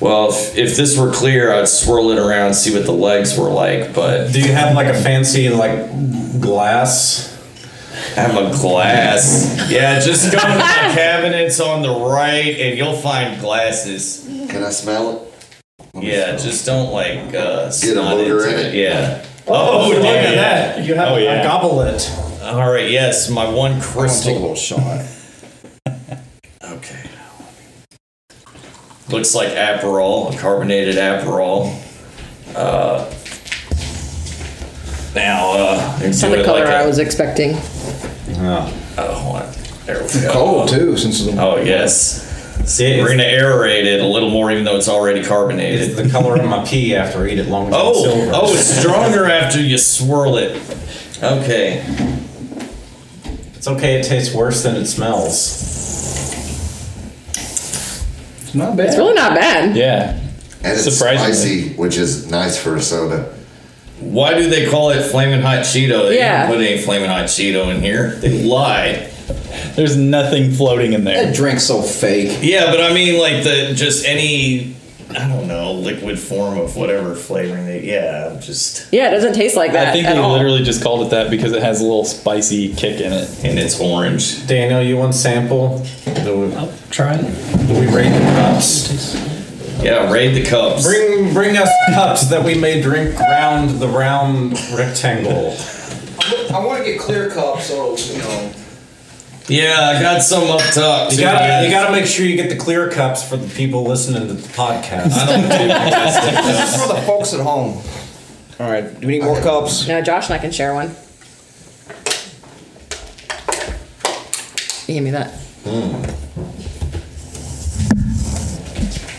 Well, if, if this were clear, I'd swirl it around, see what the legs were like. But Do you have like a fancy like glass? Have a glass. Yeah, just go to the cabinets on the right and you'll find glasses. Can I smell it? Yeah, just don't like uh Get a snot booger into in it? Yeah. Oh, Look damn. at that! You have Oh, yeah. a goblet. All right, yes, my one I'm gonna take a crystal. little shot. Okay. Looks like Aperol, a carbonated Aperol. Uh now uh It's not enjoy the color like a- I was expecting. Oh, hold on. there we go. Cold too, since it's a Oh yes. See, We're it's- gonna aerate it a little more even though it's already carbonated. It's the color of my pee after I eat it long as Oh, it's silver. oh, it's stronger after you swirl it. Okay. It's okay, it tastes worse than it smells. it's not bad. It's really not bad. Yeah. And it's Surprisingly. spicy, which is nice for a soda. Why do they call it flaming hot Cheeto? They Yeah. didn't put any flaming hot Cheeto in here. They lied. There's nothing floating in That there. drink's so fake. Yeah, but I mean, like the just any, I don't know, liquid form of whatever flavoring they. Yeah, I'm just Yeah, it doesn't taste like that I think at they all. literally just called it that because it has a little spicy kick in it. and it's orange. Daniel, you want sample? Do we, I'll try it. do we rate the It cups? tastes Yeah, raid the cups. Bring bring us cups that we may drink round the round rectangle. I want to get clear cups so you know. Yeah, I got some up top. You too, gotta, guys. you gotta make sure you get the clear cups for the people listening to the podcast. I don't do This is for the folks at home. All right. Do we need more cups? No, Josh and I can share one. You Give me that.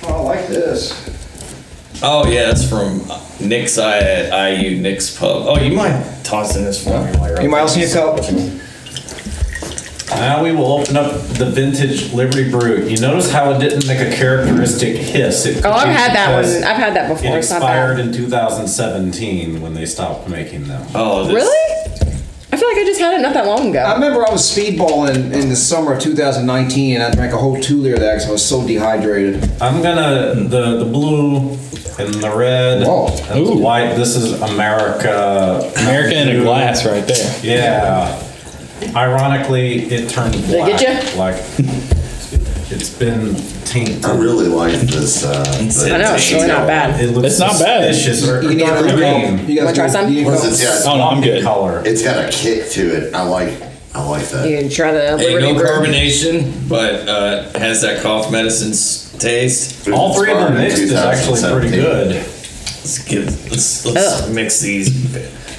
Oh, I like this. Oh yeah, that's from Nick's I at IU Nick's pub. Oh, you might toss in this one. Anybody else need a cup? Now we will open up the vintage Liberty Brew. You notice how it didn't make a characteristic hiss. It Oh, I've could be had that because one. I've had that before. It It's not bad. expired in 2017 when they stopped making them. Oh, this, Really? I feel like I just had it not that long ago. I remember I was speedballing in the summer of 2019, and I drank a whole two liter of that because I was so dehydrated. I'm gonna the the blue and the red Whoa. and the Ooh. white. This is America. America in a glass right there. Yeah. Ironically, it turned it black. get Like it's been tainted. I really like this. Uh, the- I know it's really not bad. It looks It's not bad. suspicious or- You need dark another green. cup? You guys Wanna try do- some? do you need a What's cup? it- yeah, Oh no, I'm good. color. It's got a kick to it. I like. I like that. You can try the hey, Liberty no Brew. carbonation, but uh, has that cough medicine's taste. All three of them mixed is actually pretty 2017. good. Let's give let's, let's Ugh. mix these.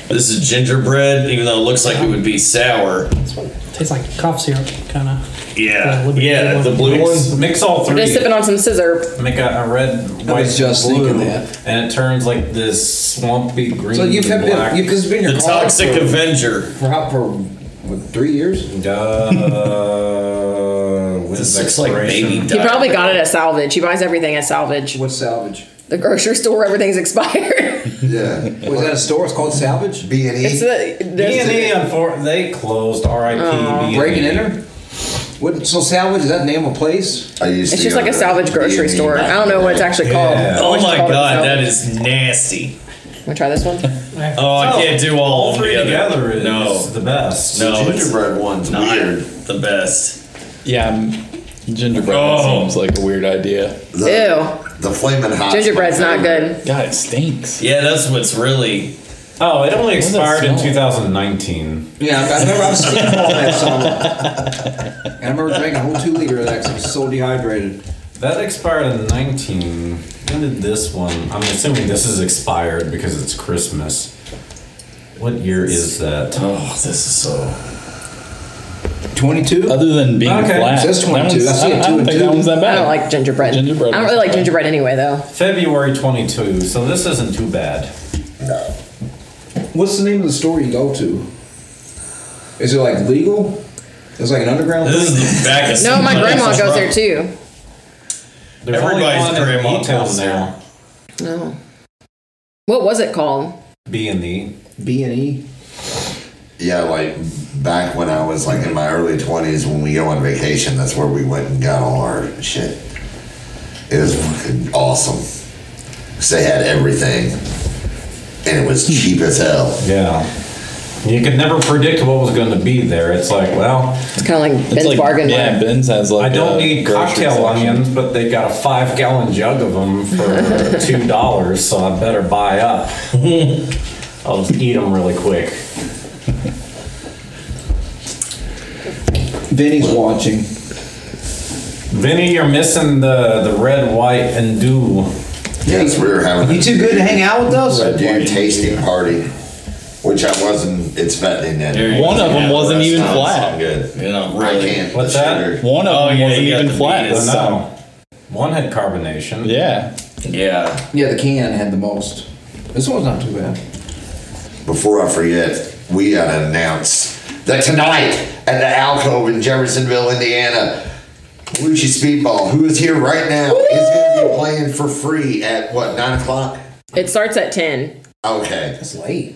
This is gingerbread, even though it looks like it would be sour. Tastes like cough syrup, kind of. Yeah, The Liberty yeah, Blue the one. blue one. Mix, mix all We're three. just sipping on some scissor. Make a, a red, I white, was just blue, thinking that. and it turns like this swampy green. So you've had black. been, you've just been your The car toxic for, Avenger. for, how- for what, three years. Uh, with This looks like baby. He probably got it at salvage. He buys everything at salvage. What's salvage? The grocery store, everything's expired. Yeah. Was that a store? It's called salvage. B and it's E. the, B and there's- E, unfor- they closed. R.I.P. B&E. Breaking enter. What? So salvage is that the name of a place? I used it's to just go like a to salvage grocery B&E store. back I don't know in what the it's day. actually Yeah. called. I Oh always my called it god, that salvage. is nasty. Wanna try this one? Oh, I can't do all, All of three the other- together is No, the best. No, The it's gingerbread one's not weird. the best. Yeah, um, I'm- gingerbread Oh. seems like a weird idea. The, Ew. The flaming hot. Gingerbread's not good. God, it stinks. Yeah, that's what's really. Oh, it only does it expired in smell? 2019. Yeah, I remember I was speedballing that summer, and I remember drinking a whole two liter of that because I was so dehydrated. That expired in 19. When did this one? I'm assuming this is expired because it's Christmas. What year is that? Oh, this is so. Twenty two. Other than being Okay, flat, it says that 22. one's- I see a I, I two don't and think two. that one's that I bad. don't like gingerbread. Gingerbread I don't is really like bad. gingerbread anyway, though. February 22. So this isn't too bad. What's the name of the store you go to? Is it like legal? It's like an underground. This thing? is the back of No, my somebody grandma else's truck. goes there too. There's Everybody's only one grandma in E-Town comes now. No. What was it called? B and E. B and E. Yeah, like back when I was like in my early twenties, when we go on vacation, that's where we went and got all our shit. It was fucking awesome. 'Cause they had everything, and it was cheap as hell. Yeah. You could never predict what was going to be there. It's like, well, It's kind of like It's Ben's like, bargain. yeah, Yeah, Ben's has like. I don't a need grocery cocktail section. onions, but they got a five gallon jug of them for two dollars, so I better buy up. I'll just eat them really quick. Vinny's watching. Vinny, you're missing the the red, white, and dew. Yes, we were having You a too good to hang out with us? red wine tasting party, which I wasn't expecting that. There you go. One of them Yeah, wasn't that's even not- flat. Good. You know, I really. can't. What's the that? sugar. One of Oh, them yeah, wasn't you got even the flat. bees. so- No. One had carbonation. Yeah. Yeah. Yeah, the can had the most. This one's not too bad. Before I forget, we gotta announce that tonight at the alcove in Jeffersonville, Indiana, Lucci Speedball, who is here right now, is gonna be playing for free at what nine o'clock? it starts at ten. Okay, That's late.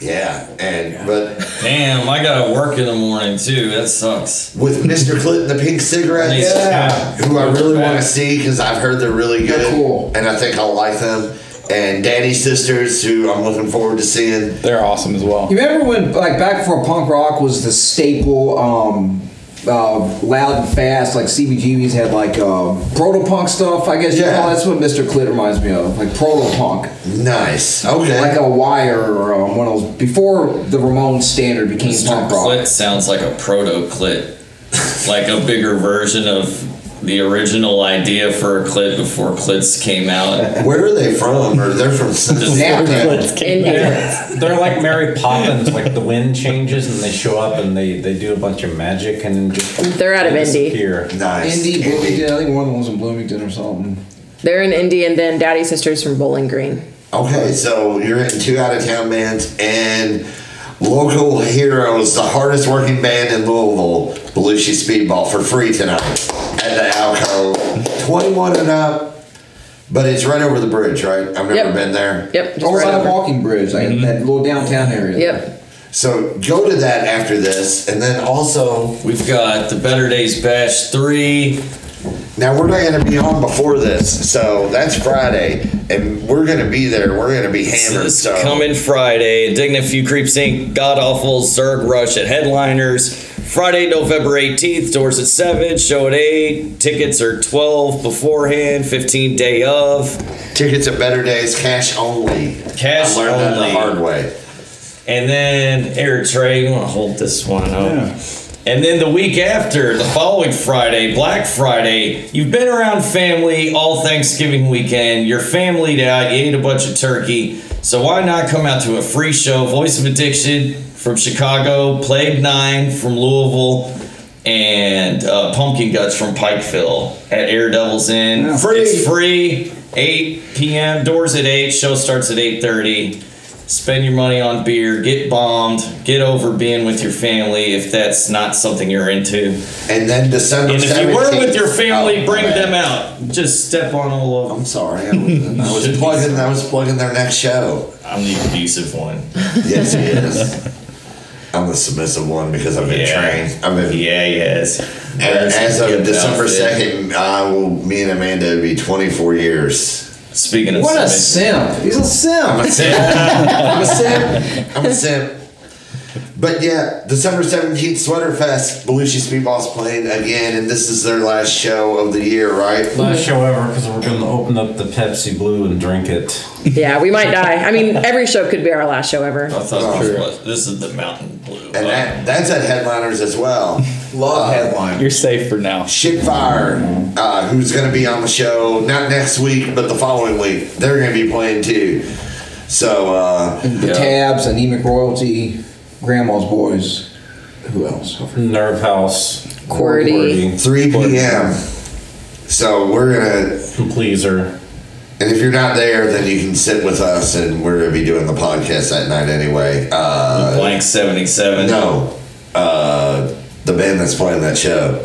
yeah, and but Damn, I gotta work in the morning too. That sucks. with Mr. Clinton, the pink cigarette, Yeah. who I really want to see because I've heard they're really good, They're cool. and I think I'll like them. And Danny Sisters, who I'm looking forward to seeing. They're awesome as well. You remember when, like, back before punk rock was the staple, um, uh, loud and fast, like CBGB's had like um, proto punk stuff, I guess. Yeah. Yeah, that's what Mr. Clit reminds me of, like proto punk, Nice, okay. like a Wire or um, one of those before the Ramones standard became punk rock. Clit sounds like a proto clit. like a bigger version of the original idea for a clit before clits came out. Where are they from? Or they're from Cincinnati. In ignorance. They're like Mary Poppins, like the wind changes and they show up and they, they do a bunch of magic and just They're out of Indy. disappear. nice. Indy, Bloomington. I think one of them was in Bloomington or something. They're in Indy, and then Daddy Sisters from Bowling Green. Okay, so you're hitting two out of town bands and local heroes, the hardest working band in Louisville, Belushi Speedball for free tonight at the Alco. 21 and up, but it's right over the bridge, right? I've never Yep. been there. Yep. It's Or Or right by over- the walking bridge, like Mm-hmm. that little downtown area. Yep. So go to that after this, and then also We've got the Better Days Bash 3. now we're not going to be on before this, so that's Friday, and we're going to be there. We're going to be hammered. It's So coming Friday. Dignifu Creeps Inc. God Awful Zerg Rush at Headliners. Friday, November 18th. Doors at 7. Show at 8. Tickets are 12 beforehand, 15 day of. tickets at Better Days, cash only. Cash I learned that only. the hard way. And then Air Trey, you want to hold this one up. And then the week after, the following Friday, Black Friday, you've been around family all Thanksgiving weekend. You're familyed out. You ate a bunch of turkey. So why not come out to a free show? Voice of Addiction from Chicago, Plague Nine from Louisville, and uh, Pumpkin Guts from Pikeville at Air Devils Inn. Free. It's free. 8 p.m. Doors at 8. Show starts at 8.30 spend your money on beer, get bombed, get over being with your family if that's not something you're into. And then December. And if you were 17th with your family, Oh, bring man. them out. Just step on all of them. I'm sorry, I was, I was plugging. I was plugging their next show. I'm the abusive one. Yes, he is. I'm the submissive one because I've been trained. I've been. Yeah, yes. And as of December second, I will. Me and Amanda will be 24 years. Speaking of What a submission- simp. He's a simp. I'm a simp. I'm a simp. I'm a simp. But yeah, December 17th, Sweater Fest. Belushi Speedball's playing again, and this is their last show of the year, right? Mm-hmm. Last show ever because we're going to open up the Pepsi Blue and drink it. Yeah, we might die. I mean, every show could be our last show ever. I Oh. thought this was this is the mountain blue. And that, that's at Headliners as well. Uh, Love headline. You're safe for now. Shitfire, uh, who's going to be on the show not next week, but the following week. They're going to be playing too. So, uh, The Tabs, Anemic Royalty, Grandma's Boys. Who else? Nerve House. Qwerty. 3 p.m. So, we're going to Qwerty, Pleaser. And if you're not there, then you can sit with us, and we're gonna be doing the podcast that night anyway. Uh, blank seventy seven. no, uh, the band that's playing that show.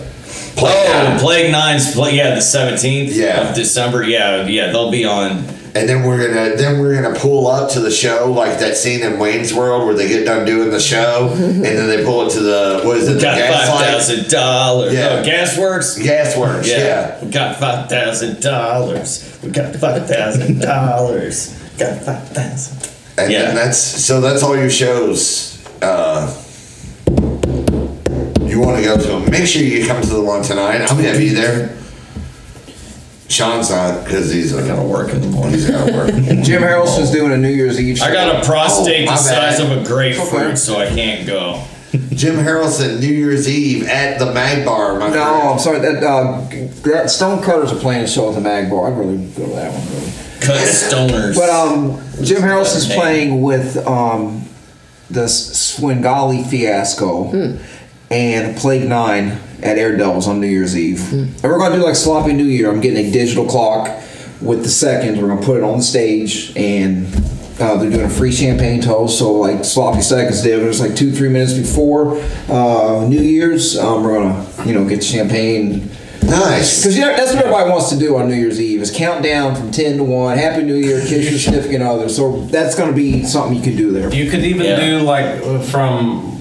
Play Oh, Now. Plague Nine's play. Yeah, the seventeenth Yeah. of December. Yeah, yeah, they'll be on. and then we're gonna then we're gonna pull up to the show like that scene in Wayne's World where they get done doing the show, and then they pull it to the what is it? The Got gas five light? thousand dollars. Oh, Yeah. Yeah, Gasworks. Gas works. Yeah. We got five thousand dollars. We got five thousand dollars. Got five thousand. and Yeah. then that's so that's all your shows. Uh, you want to go to them? Make sure you come to the one tonight. I'm gonna be there. Sean's not because he's I gotta work in the morning. He's gotta work. Jim Harrelson's doing a New Year's Eve show. I got a prostate Oh, my the size bad. of a grapefruit, Okay. so I can't go. Jim Harrelson, New Year's Eve at the Mag Bar. My No, I'm friend. sorry. That uh, that Stone Cutters are playing a show at the Mag Bar. I'd really go to that one. Really. Cut stoners. But um, Jim Harrelson's Hey. playing with um, the S- Swingali Fiasco and Plague Nine at Air Devils on New Year's Eve, and we're gonna do like Sloppy New Year. I'm getting a digital clock with the seconds. We're gonna put it on the stage, and uh, they're doing a free champagne toast. So like Sloppy Seconds did, it was like two three minutes before uh, New Year's. Um, we're gonna you know get champagne. nice. Because you know that's what everybody wants to do on New Year's Eve is count down from ten to one. Happy New Year, kiss your significant other. So that's going to be something you can do there. You could even Yeah. do like from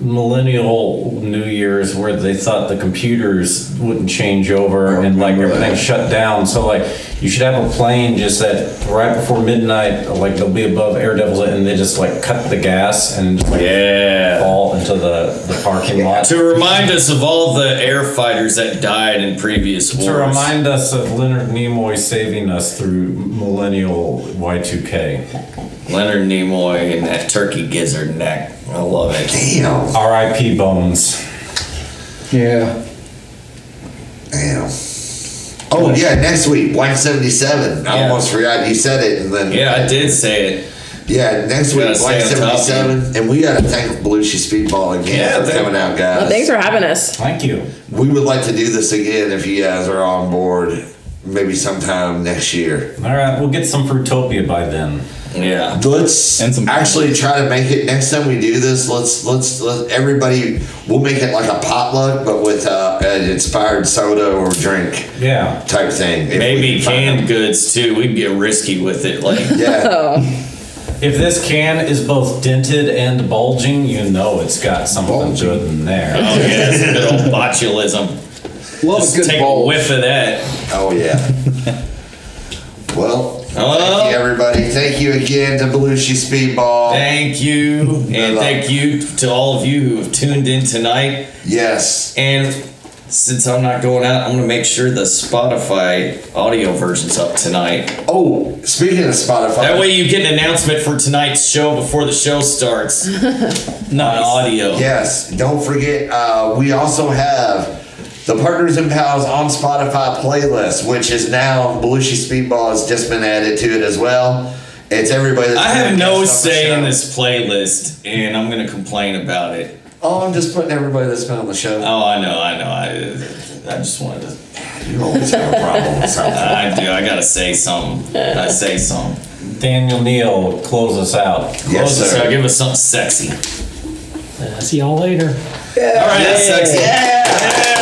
millennial New Year's where they thought the computers wouldn't change over and like everything shut down. So like you should have a plane just that right before midnight, like they'll be above Air Devils and they just like cut the gas and just like yeah. fall into the, the parking lot. To remind us of all the air fighters that died in previous wars. To remind us of Leonard Nimoy saving us through millennial Y2K. Leonard Nimoy and that turkey gizzard neck. I love it. Damn. R.I.P. Bones. Yeah. Damn. Oh yeah, next week, one seventy seven. I Yeah. almost forgot you said it, and then Yeah, I did say it. yeah, next week, Gotta one stay on seventy top. seven, and we gotta thank Belushi Speedball again Yeah, for thank- coming out, guys. Well, thanks for having us. Thank you. we would like to do this again if you guys are on board, maybe sometime next year. All right, we'll get some Fruitopia by then. Yeah. Let's And some- actually try to make it next time we do this. Let's let's let everybody. We'll make it like a potluck, but with uh, an inspired soda or drink Yeah. type thing. if we Maybe find canned them. goods too. We'd get risky with it. Like, Yeah. Oh, If this can is both dented and bulging, you know it's got something Bulging. good in there. oh yeah, it's good old botulism. Love Just a good take a bowl. whiff of that. Oh yeah. well, Oh. thank you everybody. Thank you again to Belushi Speedball. Thank you, and luck. thank you to all of you who have tuned in tonight. Yes. And since I'm not going out, I'm gonna make sure the Spotify audio version's up tonight. Oh, speaking of Spotify, That way you get an announcement for tonight's show before the show starts on audio. yes. Don't forget, uh, we also have the Partners and Pals on Spotify playlist, which is now Belushi Speedball has just been added to it as well. It's everybody. That's I been have a guest on no the say show. in this playlist, and I'm gonna complain about it. Oh, I'm just putting everybody that's been on the show. Oh, I know, I know. I, I just wanted to. You always have a problem with something. I do. I gotta say something. I say something. Daniel Neal, close us out. Yes, Close sir. So give us something sexy. Uh, see y'all later. All right, that's sexy. Yeah.